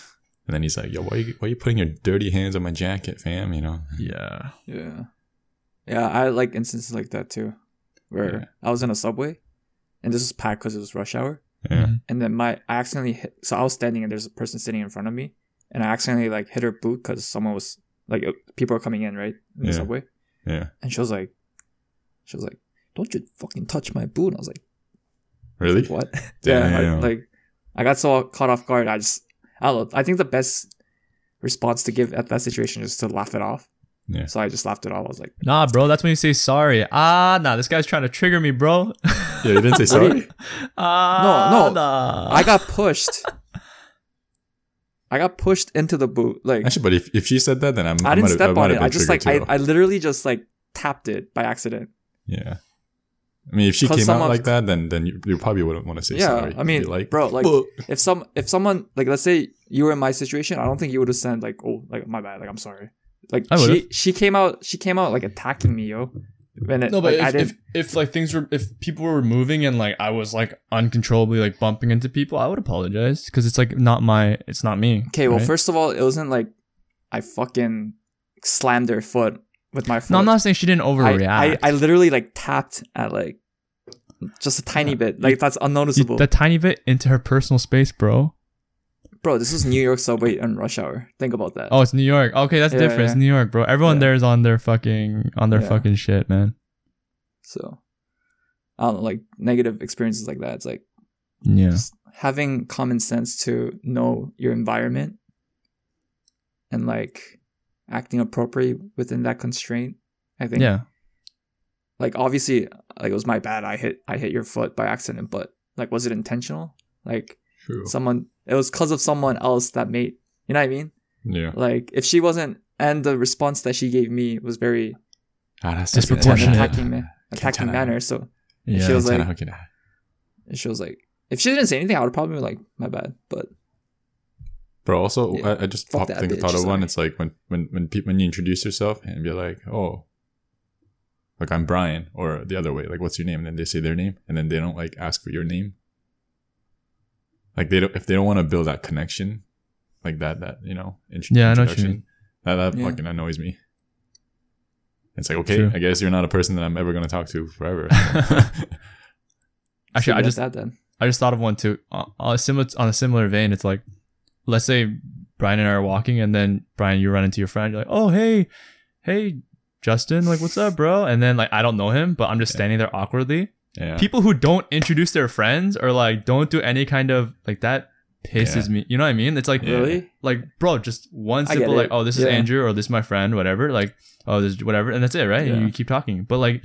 Speaker 2: And then he's like, "Yo, why you, why you putting your dirty hands on my jacket, fam? You know."
Speaker 1: yeah.
Speaker 3: Yeah. Yeah, I like instances like that too, where
Speaker 2: Yeah.
Speaker 3: I was in a subway, and this was packed because it was rush hour,
Speaker 2: Yeah.
Speaker 1: Mhm.
Speaker 3: and then my I accidentally hit. So I was standing, and there's a person sitting in front of me, and I accidentally like hit her boot because someone was like uh, people are coming in right in the
Speaker 2: Yeah.
Speaker 3: subway,
Speaker 2: Yeah.
Speaker 3: and she was like, she was like, "Don't you fucking touch my boot!" I was like,
Speaker 2: Really?
Speaker 3: "What?" yeah, I,
Speaker 2: Damn.
Speaker 3: like I got so caught off guard. I just I don't know. I think the best response to give at that situation is to laugh it off.
Speaker 2: Yeah.
Speaker 3: So I just laughed it off. I was like.
Speaker 1: Nah, bro, that's when you say sorry. Ah, nah, this guy's trying to trigger me, bro.
Speaker 2: Yeah, you didn't say
Speaker 3: What do you-
Speaker 2: sorry.
Speaker 1: Ah,
Speaker 3: No, no.
Speaker 1: nah.
Speaker 3: I got pushed. I got pushed into the boot. Like
Speaker 2: Actually, but if, if she said that, then I'm.
Speaker 3: I didn't
Speaker 2: might've-
Speaker 3: step on
Speaker 2: might've
Speaker 3: it.
Speaker 2: been
Speaker 3: I just like I,
Speaker 2: triggered too.
Speaker 3: I literally just like tapped it by accident.
Speaker 2: yeah. I mean, if she
Speaker 3: 'Cause
Speaker 2: came
Speaker 3: some
Speaker 2: out
Speaker 3: of-
Speaker 2: like that, then then you, you probably wouldn't want to say
Speaker 3: Yeah,
Speaker 2: sorry.
Speaker 3: I mean,
Speaker 2: You'd be
Speaker 3: bro, like-
Speaker 2: "Well,"
Speaker 3: If some if someone like let's say you were in my situation, I don't think you would have said like oh like my bad like I'm sorry. Like
Speaker 1: I
Speaker 3: she
Speaker 1: would've.
Speaker 3: she came out she came out like attacking me yo. When it,
Speaker 1: no, but
Speaker 3: like, I
Speaker 1: if,
Speaker 3: didn't.
Speaker 1: if if like things were if people were moving and like I was like uncontrollably like bumping into people, I would apologize because it's like not my, it's not me.
Speaker 3: okay, well
Speaker 1: right?
Speaker 3: first of all, it wasn't like I fucking slammed her foot with my foot.
Speaker 1: no, I'm not saying she didn't
Speaker 3: I,
Speaker 1: overreact.
Speaker 3: I, I literally like tapped at like just a tiny bit. Like that's
Speaker 1: You-
Speaker 3: unnoticeable.
Speaker 1: that tiny bit into her personal space, bro.
Speaker 3: Bro, this is New York subway and rush hour. Think about that.
Speaker 1: Oh, it's New York. Okay, that's
Speaker 3: Yeah,
Speaker 1: different. It's
Speaker 3: yeah.
Speaker 1: New York, bro. Everyone
Speaker 3: Yeah.
Speaker 1: there is on their fucking on their
Speaker 3: Yeah.
Speaker 1: fucking shit, man.
Speaker 3: So I don't know, like negative experiences like that. It's like
Speaker 1: Yeah.
Speaker 3: Just- having common sense to know your environment and like acting appropriate within that constraint. I think.
Speaker 1: Yeah.
Speaker 3: Like obviously, like it was my bad. I hit I hit your foot by accident, but like was it intentional? Like
Speaker 2: True.
Speaker 3: someone it was because of someone else that made you know what I mean?
Speaker 2: yeah.
Speaker 3: Like if she wasn't and the response that she gave me was very
Speaker 2: Ah, that's
Speaker 1: Disproportionate.
Speaker 3: an
Speaker 1: Proportionate.
Speaker 3: attacking ma- attacking
Speaker 2: Katana.
Speaker 3: manner. So
Speaker 1: Yeah.
Speaker 3: she was like,
Speaker 2: Katana, Katana.
Speaker 3: and she was like, if she didn't say anything, I would probably be like, my bad. But
Speaker 2: Bro, also,
Speaker 3: Yeah.
Speaker 2: I, I just
Speaker 3: Fuck
Speaker 2: popped
Speaker 3: that
Speaker 2: think,
Speaker 3: bitch,
Speaker 2: thought of one.
Speaker 3: sorry.
Speaker 2: It's like when when when, people, when you introduce yourself and be like, oh, like I'm Brian, or the other way, like what's your name? And then they say their name, and then they don't like ask for your name. Like they don't if they don't want to build that connection, like that that you know. intro-
Speaker 1: Yeah, I know what you
Speaker 2: introduction,
Speaker 1: mean.
Speaker 2: That that
Speaker 3: Yeah.
Speaker 2: fucking annoys me. It's like okay,
Speaker 1: True.
Speaker 2: I guess you're not a person that I'm ever gonna talk to forever.
Speaker 1: actually, I
Speaker 3: leave it at
Speaker 1: just
Speaker 3: that then.
Speaker 1: I just thought of one too. Uh, on a similar on a similar vein, it's like, let's say Brian and I are walking, and then Brian, you run into your friend. You're like, oh hey, hey Justin, like what's up, bro? And then like I don't know him, but I'm just standing there awkwardly.
Speaker 2: yeah.
Speaker 1: People who don't introduce their friends or like don't do any kind of like that pisses me. You know what I mean? It's like
Speaker 2: Yeah.
Speaker 3: Really?
Speaker 1: like bro, just one
Speaker 3: I get
Speaker 1: simple like
Speaker 3: it.
Speaker 1: oh this is
Speaker 3: Yeah.
Speaker 1: Andrew or this is my friend, whatever. Like oh this is whatever, and that's it, right? And
Speaker 3: Yeah.
Speaker 1: you keep talking, but like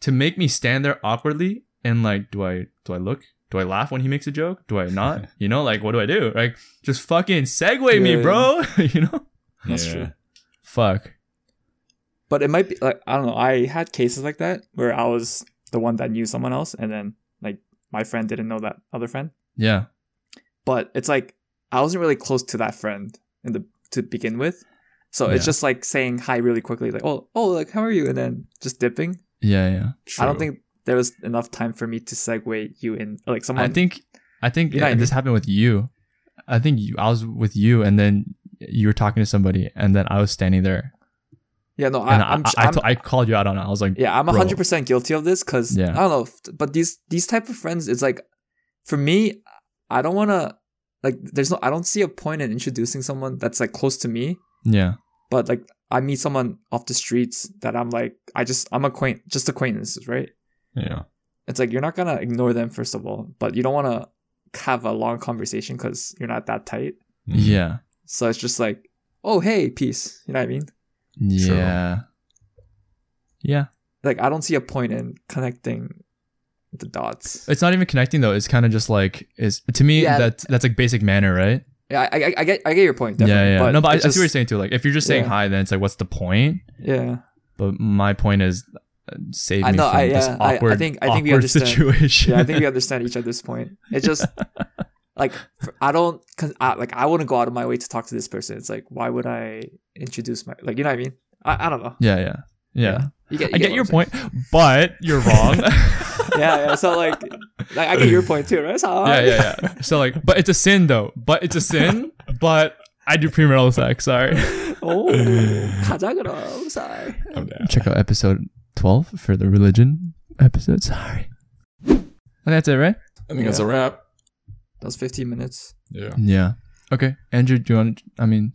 Speaker 1: to make me stand there awkwardly and like do I do I look? Do I laugh when he makes a joke? Do I not? you know, like what do I do? Like just fucking segue me,
Speaker 3: Yeah.
Speaker 1: bro. you know?
Speaker 3: That's
Speaker 2: Yeah.
Speaker 3: true.
Speaker 1: Fuck.
Speaker 3: But it might be like I don't know. I had cases like that where I was the one that knew someone else, and then like my friend didn't know that other friend.
Speaker 1: Yeah.
Speaker 3: But it's like I wasn't really close to that friend in the to begin with, so it's
Speaker 1: Yeah.
Speaker 3: just like saying hi really quickly, like oh oh like how are you, and then just dipping.
Speaker 1: Yeah, yeah.
Speaker 3: I don't
Speaker 2: True.
Speaker 3: think there was enough time for me to segue you in like someone.
Speaker 1: I think I think
Speaker 3: Yeah, I
Speaker 1: this happened with you. I think you, I was with you and then you were talking to somebody and then I was standing there
Speaker 3: yeah, no, I,
Speaker 1: and I,
Speaker 3: I'm,
Speaker 1: I,
Speaker 3: I'm,
Speaker 1: I, to- I called you out on it. I was like,
Speaker 3: yeah, I'm
Speaker 1: Bro.
Speaker 3: hundred percent guilty of this because
Speaker 1: Yeah.
Speaker 3: I don't know, f- but these these type of friends, it's like, for me, I don't wanna like. There's no, I don't see a point in introducing someone that's like close to me,
Speaker 1: yeah.
Speaker 3: but like I meet someone off the streets that I'm like, I just I'm acquaint, just acquaintances, right?
Speaker 2: Yeah.
Speaker 3: It's like you're not gonna ignore them first of all, but you don't wanna have a long conversation because you're not that tight.
Speaker 1: Yeah.
Speaker 3: So it's just like, oh hey, peace. You know what I mean?
Speaker 1: Yeah. Yeah.
Speaker 3: Like I don't see a point in connecting the dots.
Speaker 1: It's not even connecting though. It's kind of just like is to me
Speaker 3: Yeah.
Speaker 1: that's that's like basic manner, right?
Speaker 3: Yeah, I, I, I get I get your point. Definitely.
Speaker 1: yeah, yeah. no, but I,
Speaker 3: it's
Speaker 1: I see what you're
Speaker 3: just-
Speaker 1: saying too. Like if you're just saying
Speaker 3: Yeah.
Speaker 1: hi, then it's like what's the point?
Speaker 3: Yeah,
Speaker 1: But my point is uh, save
Speaker 3: I
Speaker 1: me
Speaker 3: know,
Speaker 1: from
Speaker 3: I-
Speaker 1: this
Speaker 3: yeah, I- I
Speaker 1: awkward,
Speaker 3: think- I think we
Speaker 1: awkward
Speaker 3: understand.
Speaker 1: situation.
Speaker 3: yeah. I think we understand each other's point. It's just like for- I don't, cause I, like I wouldn't go out of my way to talk to this person. It's like why would I introduce my like you know what I mean? I, I don't know.
Speaker 1: yeah, yeah, yeah.
Speaker 3: You get, you
Speaker 1: I get
Speaker 3: what
Speaker 1: your
Speaker 3: I'm saying.
Speaker 1: point, but you're wrong.
Speaker 3: yeah, yeah. So like, like I get your point too, right? So
Speaker 1: yeah, yeah, yeah. So like, but it's a sin though. But it's a sin. but I do premarital sex. Sorry.
Speaker 3: Oh, 가자 그럼. Sorry.
Speaker 2: I'm down.
Speaker 1: Check out episode twelve for the religion episode. Sorry. And that's it, right?
Speaker 2: I think that's a wrap.
Speaker 3: That was 15 minutes.
Speaker 2: Yeah.
Speaker 1: Yeah. Okay, Andrew, do you want? to I mean,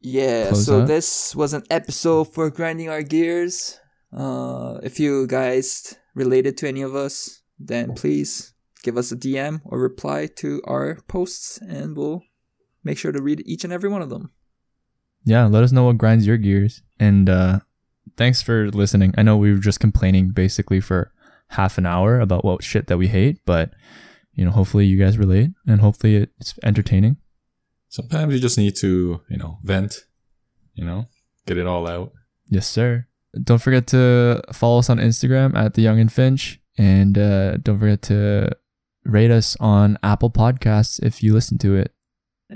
Speaker 3: Yeah,
Speaker 1: Close
Speaker 3: so
Speaker 1: up.
Speaker 3: this was an episode for grinding our gears. Uh, if you guys related to any of us, then please give us a DM or reply to our posts, and we'll make sure to read each and every one of them.
Speaker 1: yeah. Let us know what grinds your gears, and uh, thanks for listening. I know we were just complaining basically for half an hour about what shit that we hate, but you know, hopefully you guys relate, and hopefully it's entertaining.
Speaker 2: Sometimes you just need to, you know, vent, you know, get it all out.
Speaker 1: Yes, sir. Don't forget to follow us on Instagram at the Young and Finch, and uh, don't forget to rate us on Apple Podcasts if you listen to it.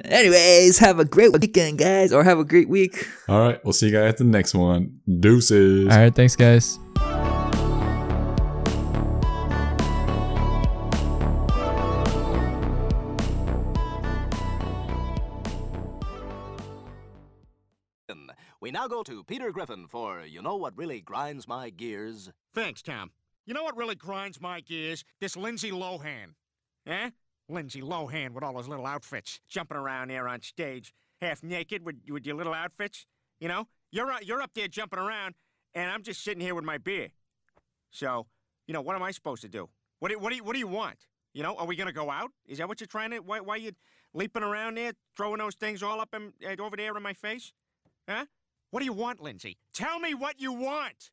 Speaker 3: Anyways, have a great weekend, guys, or have a great week.
Speaker 2: All right. We'll see you guys at the next one. Deuces.
Speaker 1: All right, thanks, guys.
Speaker 4: We now go to Peter Griffin for You Know What Really Grinds My Gears?
Speaker 5: Thanks, Tom. You know what really grinds my gears? This Lindsay Lohan. Eh? Lindsay Lohan with all his little outfits, jumping around there on stage, half naked with, with your little outfits. You know, you're, uh, you're up there jumping around, and I'm just sitting here with my beer. So, you know, what am I supposed to do? What do, what do, you, what do you want? You know, are we going to go out? Is that what you're trying to? Why, why you leaping around there, throwing those things all eh, up in, uh, over there in my face? Huh? What do you want, Lindsay? Tell me what you want!